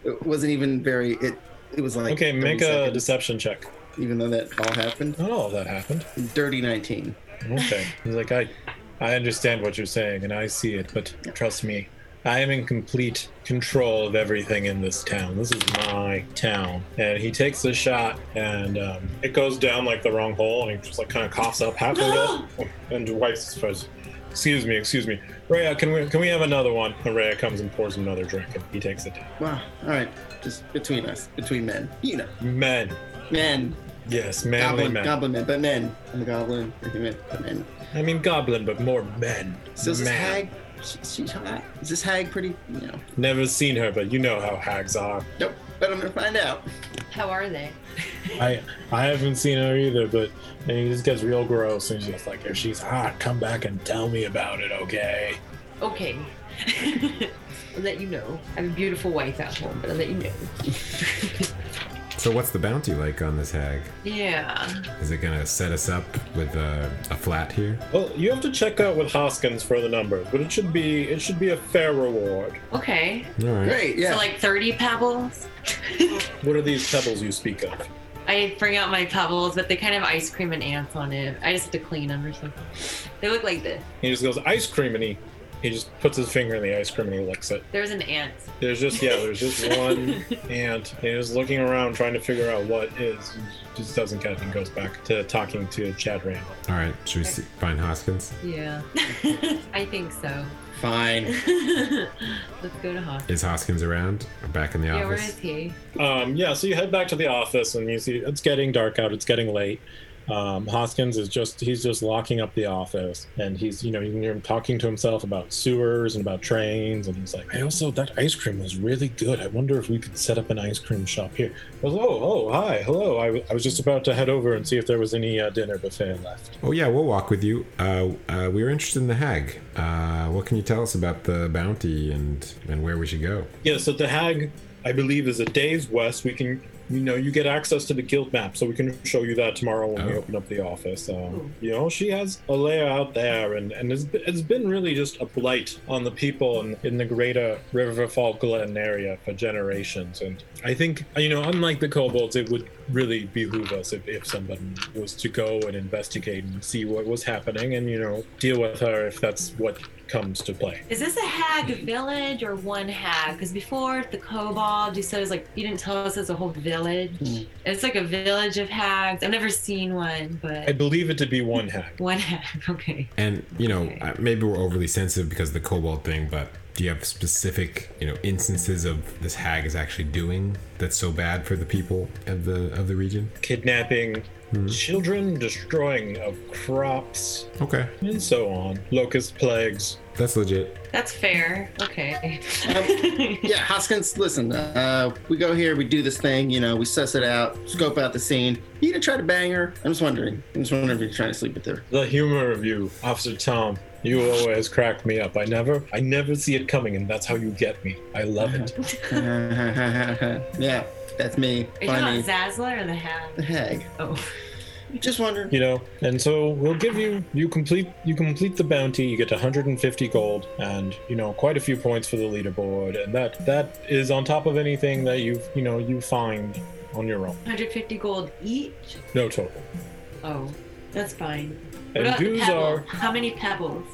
Speaker 4: it wasn't even very it it was like
Speaker 3: Okay,
Speaker 4: 30
Speaker 3: make a
Speaker 4: seconds,
Speaker 3: deception check.
Speaker 4: even though that all happened
Speaker 3: Not all of that happened.
Speaker 4: dirty 19
Speaker 3: Okay. He's like I I understand what you're saying and I see it, but trust me, I am in complete control of everything in this town. This is my town. And he takes a shot, and um, it goes down like the wrong hole, and he just like kind of coughs up halfway
Speaker 7: No!
Speaker 3: up and wipes his face. Excuse me, excuse me. Rhea, can we can we have another one? And Rhea comes and pours him another drink, and he takes it down.
Speaker 4: Wow. All right. Just between us, between men. You know,
Speaker 3: Men,
Speaker 4: men.
Speaker 3: yes, manly
Speaker 4: Goblin,
Speaker 3: men.
Speaker 4: goblin men, but men. I'm a goblin. I'm a man, but men.
Speaker 3: I mean goblin, but more men.
Speaker 4: So is this
Speaker 3: Man.
Speaker 4: hag? She, she's hot. Is this hag pretty? You know.
Speaker 3: Never seen her, but you know how hags are.
Speaker 4: Nope. But I'm gonna find out.
Speaker 5: How are they?
Speaker 3: I I haven't seen her either, but and he just gets real gross and he's just like, if she's hot, come back and tell me about it, okay?
Speaker 5: Okay. I'll let you know. I have a beautiful wife at home, but I'll let you know.
Speaker 6: So what's the bounty like on this hag?
Speaker 5: Yeah.
Speaker 6: Is it gonna set us up with uh, a flat here?
Speaker 3: Well, you have to check out with Hoskins for the numbers, but it should be it should be a fair reward.
Speaker 5: Okay.
Speaker 6: All right.
Speaker 4: Great. Yeah.
Speaker 5: So like 30 pebbles.
Speaker 3: What are these pebbles you speak of?
Speaker 5: I bring out my pebbles, but they kind of have ice cream and ants on it. I just have to clean them or something. They look like this.
Speaker 3: He just goes ice cream and he he just puts his finger in the ice cream and he licks it.
Speaker 5: There's an ant.
Speaker 3: There's just yeah, there's just one ant. And he's looking around trying to figure out what is. He just doesn't get it and goes back to talking to Chad Randall.
Speaker 6: All right. Should we see, find Hoskins?
Speaker 5: Yeah. I think so.
Speaker 4: Fine.
Speaker 5: Let's go to Hawk.
Speaker 6: Is Hoskins around? Or back in the
Speaker 5: Yeah, where
Speaker 6: office?
Speaker 5: is he?
Speaker 3: Um, yeah, so you head back to the office and you see it's getting dark out. It's getting late. Um, Hoskins is just he's just locking up the office and he's you know you can hear him talking to himself about sewers and about trains and he's like I also that ice cream was really good I wonder if we could set up an ice cream shop here I was, oh oh hi hello I, w- I was just about to head over and see if there was any uh, dinner buffet left
Speaker 6: Oh yeah, we'll walk with you. Uh, uh, we were interested in the hag. Uh, what can you tell us about the bounty and and where we should go?
Speaker 3: yeah so the hag I believe is a day's west we can you know you get access to the guild map so we can show you that tomorrow when we
Speaker 6: Oh.
Speaker 3: open up the office um, you know she has a layer out there and and it's, it's been really just a blight on the people in, in the greater riverfall glen area for generations and i think you know unlike the kobolds it would really behoove us if, if someone was to go and investigate and see what was happening and you know deal with her if that's what comes to play
Speaker 5: Is this a hag village or one hag? Because before the kobold, you said it was like you didn't tell us it's a whole village.
Speaker 3: Hmm.
Speaker 5: It's like a village of hags. I've never seen one, but
Speaker 3: i believe it to be one hag
Speaker 5: one hag. Okay.
Speaker 6: And you know, uh, maybe we're overly sensitive because of the kobold thing, but do you have specific you know instances of this hag is actually doing that's so bad for the people of the of the region?
Speaker 3: kidnapping children, destroying of crops,
Speaker 6: Okay,
Speaker 3: and so on. Locust plagues.
Speaker 6: that's legit.
Speaker 5: That's fair. Okay.
Speaker 4: Um, Yeah, Hoskins, listen, uh, we go here, we do this thing, you know, we suss it out, scope out the scene. You gonna try to bang her? I'm just wondering. I'm just wondering if you're trying to sleep with her.
Speaker 3: The humor of you, Officer Tom. You always crack me up. I never, I never see it coming, and that's how you get me. I love it.
Speaker 4: yeah, that's me.
Speaker 5: Are you
Speaker 4: Funny.
Speaker 5: talking about Zazzler or the hag?
Speaker 4: the hag.
Speaker 5: Oh.
Speaker 4: Just wondering.
Speaker 3: You know. And so we'll give you, you complete, you complete the bounty. You get 150 gold, and you know quite a few points for the leaderboard, and that that is on top of anything that you've, you know, you find on your own.
Speaker 5: 150 gold each?
Speaker 3: No total.
Speaker 5: Oh, that's fine. What
Speaker 3: And
Speaker 5: about the
Speaker 3: dues
Speaker 5: pebbles?
Speaker 3: are
Speaker 5: How many pebbles?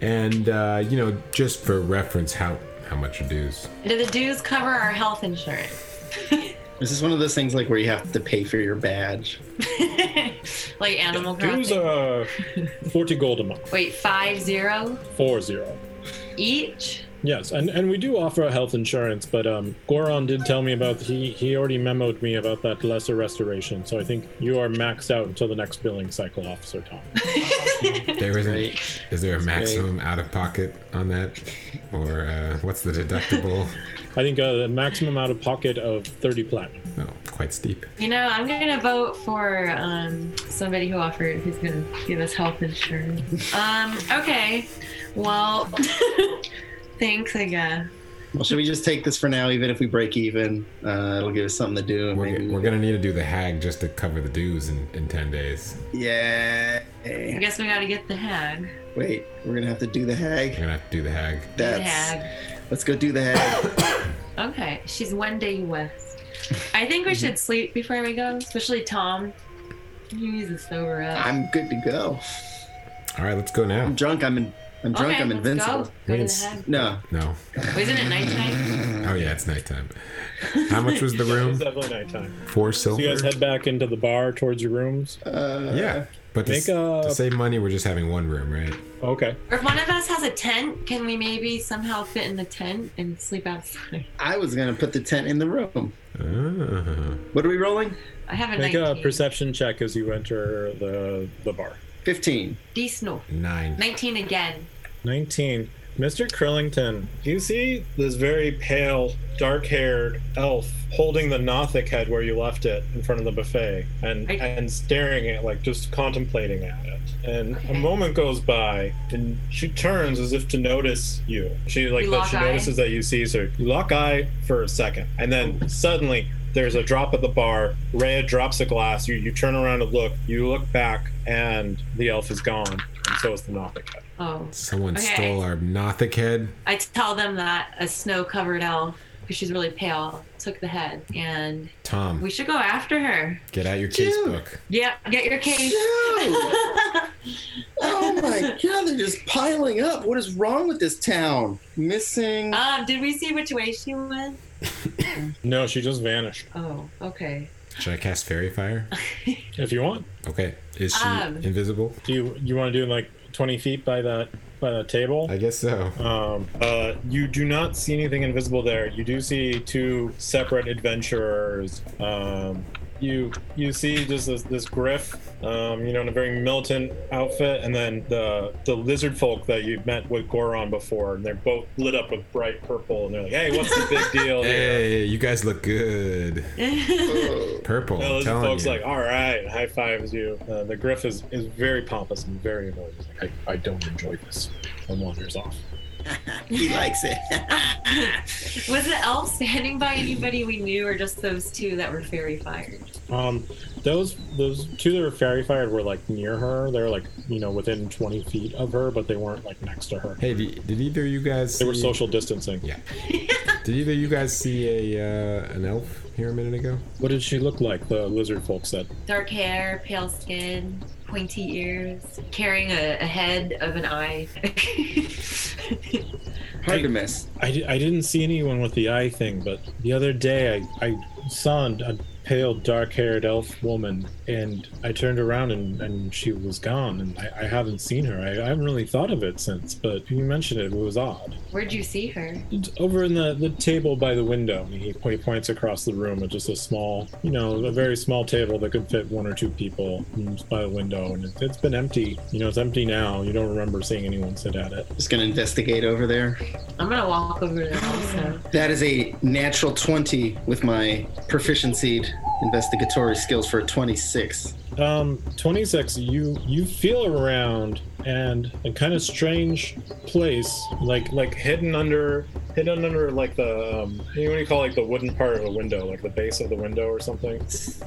Speaker 6: And uh, you know, just for reference, how how much are dues?
Speaker 5: Do the dues cover our health insurance?
Speaker 4: Is this one of those things like where you have to pay for your badge?
Speaker 5: like Animal
Speaker 3: dues
Speaker 5: Crossing.
Speaker 3: are 40 gold a month.
Speaker 5: Wait, five zero
Speaker 3: four zero.
Speaker 5: each?
Speaker 3: Yes, and, and we do offer a health insurance, but um, Goron did tell me about he he already memoed me about that lesser restoration, so I think you are maxed out until the next billing cycle, Officer Tom.
Speaker 6: There isn't.
Speaker 4: Right.
Speaker 6: Is there a maximum out of pocket on that, or uh, what's the deductible?
Speaker 3: I think uh, the maximum out of pocket of thirty platinum.
Speaker 6: oh, quite steep.
Speaker 5: You know, I'm gonna vote for um, somebody who offered who's gonna give us health insurance. um, okay. Well, thanks, I guess.
Speaker 4: Well, should we just take this for now, even if we break even? Uh, it'll give us something to do. and
Speaker 6: We're,
Speaker 4: maybe-
Speaker 6: we're gonna need to do the hag just to cover the dues in, in ten days.
Speaker 4: Yeah.
Speaker 5: I guess we gotta get the hag.
Speaker 4: Wait, we're gonna have to do the
Speaker 6: We're
Speaker 4: hag.
Speaker 6: gonna have to do the hag.
Speaker 5: The
Speaker 4: That's.
Speaker 5: hag.
Speaker 4: Let's go do the hag.
Speaker 5: Okay, she's one day west. I think
Speaker 4: Mhm.
Speaker 5: we should sleep before we go, especially Tom. He needs to sober up.
Speaker 4: I'm good to go.
Speaker 6: All right, let's go now.
Speaker 4: I'm drunk. I'm in I'm drunk.
Speaker 5: okay,
Speaker 4: I'm
Speaker 5: let's
Speaker 4: invincible.
Speaker 5: Go. Go to
Speaker 6: Vince.
Speaker 5: the head.
Speaker 4: No,
Speaker 6: No.
Speaker 5: Wasn't it nighttime?
Speaker 6: Oh yeah, it's nighttime. How much was the
Speaker 3: It's
Speaker 6: room?
Speaker 3: definitely nighttime.
Speaker 6: Four
Speaker 3: So you
Speaker 6: silver.
Speaker 3: guys head back into the bar towards your rooms.
Speaker 6: yeah, but to,
Speaker 3: Make
Speaker 6: s- to
Speaker 3: a-
Speaker 6: save money, we're just having one room, right?
Speaker 3: Okay.
Speaker 5: Or if one of us has a tent, can we maybe somehow fit in the tent and sleep outside?
Speaker 4: I was gonna put the tent in the room.
Speaker 6: Ah.
Speaker 4: What are we rolling?
Speaker 5: I have a
Speaker 3: Make a
Speaker 5: 19.
Speaker 3: perception check as you enter the the bar.
Speaker 4: Fifteen.
Speaker 5: D snow.
Speaker 6: Nine.
Speaker 5: 19 again.
Speaker 3: 19. Mr. Krillington, you see this very pale, dark haired elf holding the Nothic head where you left it in front of the buffet and,
Speaker 5: I-
Speaker 3: and staring at like just contemplating at it. And
Speaker 5: Okay.
Speaker 3: a moment goes by and she turns as if to notice you. She like
Speaker 5: We
Speaker 3: that
Speaker 5: lock
Speaker 3: she
Speaker 5: eye?
Speaker 3: notices that you sees her. You lock eye for a second and then suddenly there's a drop at the bar. Rhea drops a glass. You you turn around to look. You look back and the elf is gone. And so is the Nothic head.
Speaker 5: Oh.
Speaker 6: Someone
Speaker 5: Okay.
Speaker 6: stole our Nothic head.
Speaker 5: I tell them that a snow covered elf, because she's really pale, took the head. And
Speaker 6: Tom,
Speaker 5: we should go after her.
Speaker 6: get out your case
Speaker 4: Dude.
Speaker 6: book.
Speaker 5: Yeah, get your
Speaker 4: Dude!
Speaker 5: case.
Speaker 4: oh my god, they're just piling up. What is wrong with this town? Missing.
Speaker 5: Um, did we see which way she went?
Speaker 3: No, she just vanished.
Speaker 5: Oh, okay.
Speaker 6: Should I cast fairy fire?
Speaker 3: If you want,
Speaker 6: Okay. Is she
Speaker 5: Um.
Speaker 6: invisible?
Speaker 3: do you you want to do like twenty feet by that by that table?
Speaker 6: I guess so.
Speaker 3: Um, uh, you do not see anything invisible there. You do see two separate adventurers. Um, you you see just this this griff, um, you know, in a very militant outfit, and then the the lizard folk that you met with Goron before, and they're both lit up with bright purple, and they're like, "Hey, what's the big deal?" here?"
Speaker 6: Hey, you guys look good. Purple.
Speaker 3: The
Speaker 6: I'm
Speaker 3: lizard
Speaker 6: telling
Speaker 3: folks
Speaker 6: you.
Speaker 3: like, all right, high fives you. Uh, the griff is, is very pompous and very annoying. He's like, I, I don't enjoy this. And wanders off.
Speaker 4: he likes it.
Speaker 5: Was the elf standing by anybody we knew, or just those two that were fairy fired?
Speaker 3: Um, those those two that were fairy fired were like near her. They were like you know within twenty feet of her, but they weren't like next to her.
Speaker 6: hey, did, did either of you guys?
Speaker 3: They were
Speaker 6: see-
Speaker 3: social distancing.
Speaker 6: Yeah. did either of you guys see a uh, an elf here a minute ago?
Speaker 3: What did she look like? The lizard folk said.
Speaker 5: Dark hair, pale skin, pointy ears, carrying a, a head of an eye.
Speaker 4: Hard to miss.
Speaker 3: I, di- I didn't see anyone with the eye thing, but the other day I, I saw a pale, dark haired elf woman, and I turned around and, and she was gone, and I, I haven't seen her. I, I haven't really thought of it since, but you mentioned it, it was odd.
Speaker 5: Where'd you see her?
Speaker 3: It's over in the, the table by the window, and he, he points across the room at just a small, you know, a very small table that could fit one or two people mm, by the window, and it, it's been empty. You know, it's empty now. You don't remember seeing anyone sit at it.
Speaker 4: Just gonna investigate over there.
Speaker 5: I'm gonna walk over there also.
Speaker 4: That is a natural 20 with my proficiency investigatory skills for a 26.
Speaker 3: Um, 26, you you feel around and a kind of strange place, like like hidden under hidden under like the um, what do you call like the wooden part of the window, like the base of the window or something.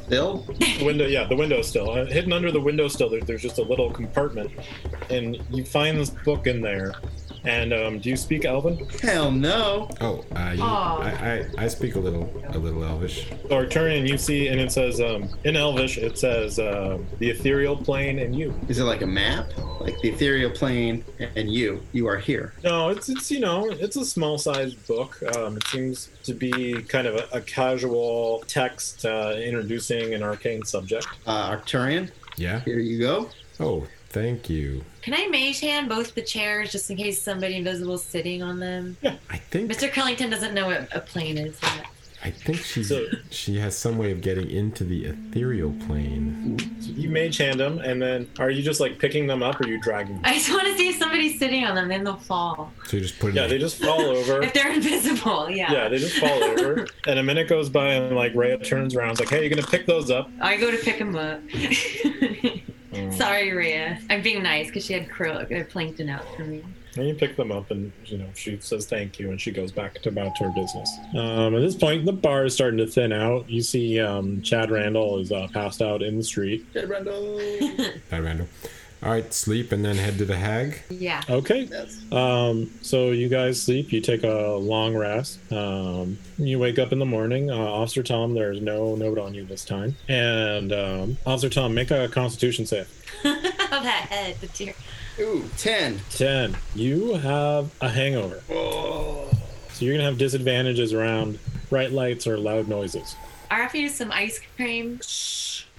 Speaker 4: Bill?
Speaker 3: The window, yeah, the window still uh, hidden under the window still. There, there's just a little compartment, and you find this book in there. And um, do you speak Elven?
Speaker 4: Hell no.
Speaker 6: Oh, uh, you,
Speaker 5: Aw.
Speaker 6: I, I I speak a little a little Elvish.
Speaker 3: Or turn and you see, and it says um, in Elvish, it says uh, the ethereal plane and you.
Speaker 4: Is it like a map? Like the ethereal plane and you. You are here.
Speaker 3: No, it's it's you know it's a small sized book. Um, it seems to be kind of a, a casual text uh, introducing an arcane subject.
Speaker 4: Uh, Arcturian,
Speaker 6: Yeah.
Speaker 4: here you go.
Speaker 6: Oh, thank you.
Speaker 5: Can I mage hand both the chairs just in case somebody invisible's sitting on them?
Speaker 6: I think
Speaker 5: Mr. Curlington doesn't know what a plane is yet.
Speaker 6: I think she's
Speaker 3: So-
Speaker 6: she has some way of getting into the ethereal plane.
Speaker 3: So you mage hand them, and then are you just like picking them up, or are you dragging? Them?
Speaker 5: I just want to see if somebody's sitting on them, then they'll fall.
Speaker 6: So you just put it.
Speaker 3: Yeah,
Speaker 6: in
Speaker 3: they just fall over.
Speaker 5: If they're invisible, yeah.
Speaker 3: Yeah, they just fall over. And a minute goes by, and like Rhea turns around, is like, "Hey, you gonna pick those up?"
Speaker 5: I go to pick him up.
Speaker 3: Mm.
Speaker 5: Sorry, Rhea. I'm being nice because she had krill, uh, plankton out for me.
Speaker 3: And you pick them up, and you know she says thank you, and she goes back to about her business. Um, at this point, the bar is starting to thin out. You see, um, Chad Randall is uh, passed out in the street.
Speaker 4: Dead Randall.
Speaker 6: Bye, Randall. All right, sleep and then head to the hag.
Speaker 5: Yeah.
Speaker 3: Okay.
Speaker 4: That's
Speaker 3: Um, so you guys sleep. You take a long rest. Um, you wake up in the morning. Uh, Officer Tom, there's no note on you this time. And um, Officer Tom, make a Constitution save.
Speaker 5: that head, the tear.
Speaker 4: Ooh, 10.
Speaker 3: 10. You have a hangover. So you're going to have disadvantages around bright lights or loud noises.
Speaker 5: I offer you some ice cream.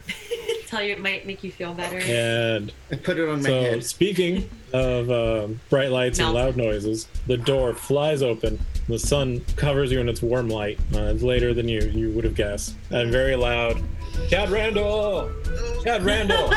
Speaker 5: Tell you it might make you feel better.
Speaker 3: And
Speaker 4: I put it on my
Speaker 3: so,
Speaker 4: head.
Speaker 3: speaking of um, bright lights and
Speaker 5: Mouth.
Speaker 3: loud noises, the door flies open. The sun covers you in its warm light. Uh, it's later than you, you would have guessed. And very loud, Chad Randall! Chad Randall!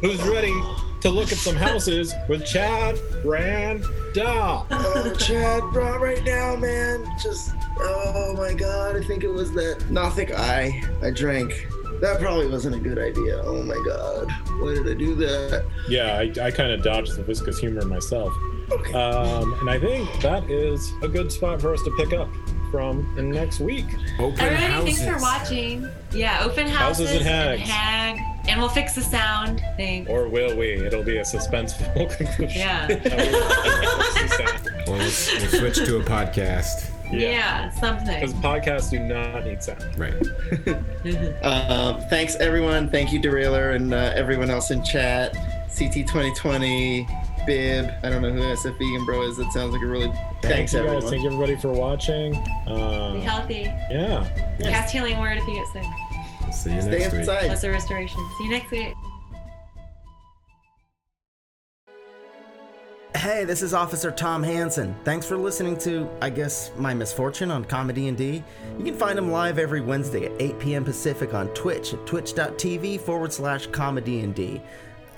Speaker 3: Who's ready to look at some houses with Chad Randall?
Speaker 4: Oh, Chad, bro, right now, man. Just, oh my god, I think it was that Nothic eye I drank. That probably wasn't a good idea. Oh my god, why did I do that?
Speaker 3: Yeah, I, I kind of dodged the viscous humor myself.
Speaker 4: Okay.
Speaker 3: Um, and I think that is a good spot for us to pick up from next week.
Speaker 6: Open
Speaker 5: Everybody,
Speaker 6: houses.
Speaker 5: thanks for watching. Yeah, open houses,
Speaker 3: Houses and
Speaker 5: and
Speaker 3: hags.
Speaker 5: hag, and we'll fix the sound thing.
Speaker 3: Or will we? It'll be a suspenseful conclusion.
Speaker 5: Yeah.
Speaker 6: Or we'll, we'll switch to a podcast.
Speaker 5: yeah,
Speaker 3: Because
Speaker 5: something.
Speaker 3: podcasts do not need sound.
Speaker 6: Right.
Speaker 4: Uh, thanks, everyone. Thank you, Derailer, and uh, everyone else in chat. CT2020, Bib. I don't know who SF Vegan Bro is. That sounds like a really. Thanks,
Speaker 3: you
Speaker 4: everyone.
Speaker 3: guys. Thank you, everybody, for watching.
Speaker 5: Be
Speaker 3: Uh,
Speaker 5: healthy.
Speaker 3: yeah.
Speaker 5: Cast healing word if you get sick.
Speaker 6: See you
Speaker 4: Stay
Speaker 6: next week.
Speaker 4: inside.
Speaker 5: Plus a restoration. See you next week.
Speaker 8: Hey, this is Officer Tom Hansen. Thanks for listening to, I guess, my misfortune on Comedy and D. You can find him live every Wednesday at 8 p.m. Pacific on Twitch at twitch.tv forward slash Comedy and D.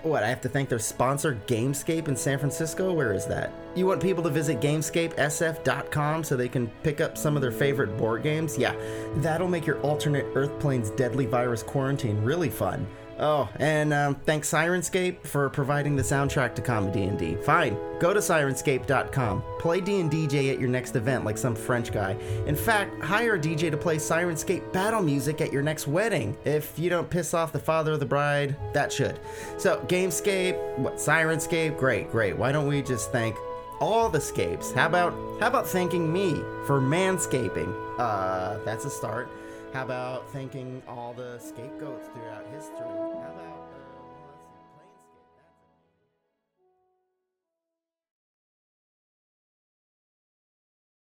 Speaker 8: What, I have to thank their sponsor, Gamescape in San Francisco? Where is that? You want people to visit GamescapeSF.com so they can pick up some of their favorite board games? Yeah, that'll make your alternate Earth Plane's deadly virus quarantine really fun. Oh, and um, thanks Sirenscape for providing the soundtrack to Comedy D&D. Fine, go to Sirenscape.com. Play D&DJ at your next event like some French guy. In fact, hire a DJ to play Sirenscape battle music at your next wedding. If you don't piss off the father of the bride, that should. So, Gamescape, what, Sirenscape? Great, great. Why don't we just thank all the scapes? How about how about thanking me for manscaping? Uh, that's a start. How about thanking all the scapegoats throughout history?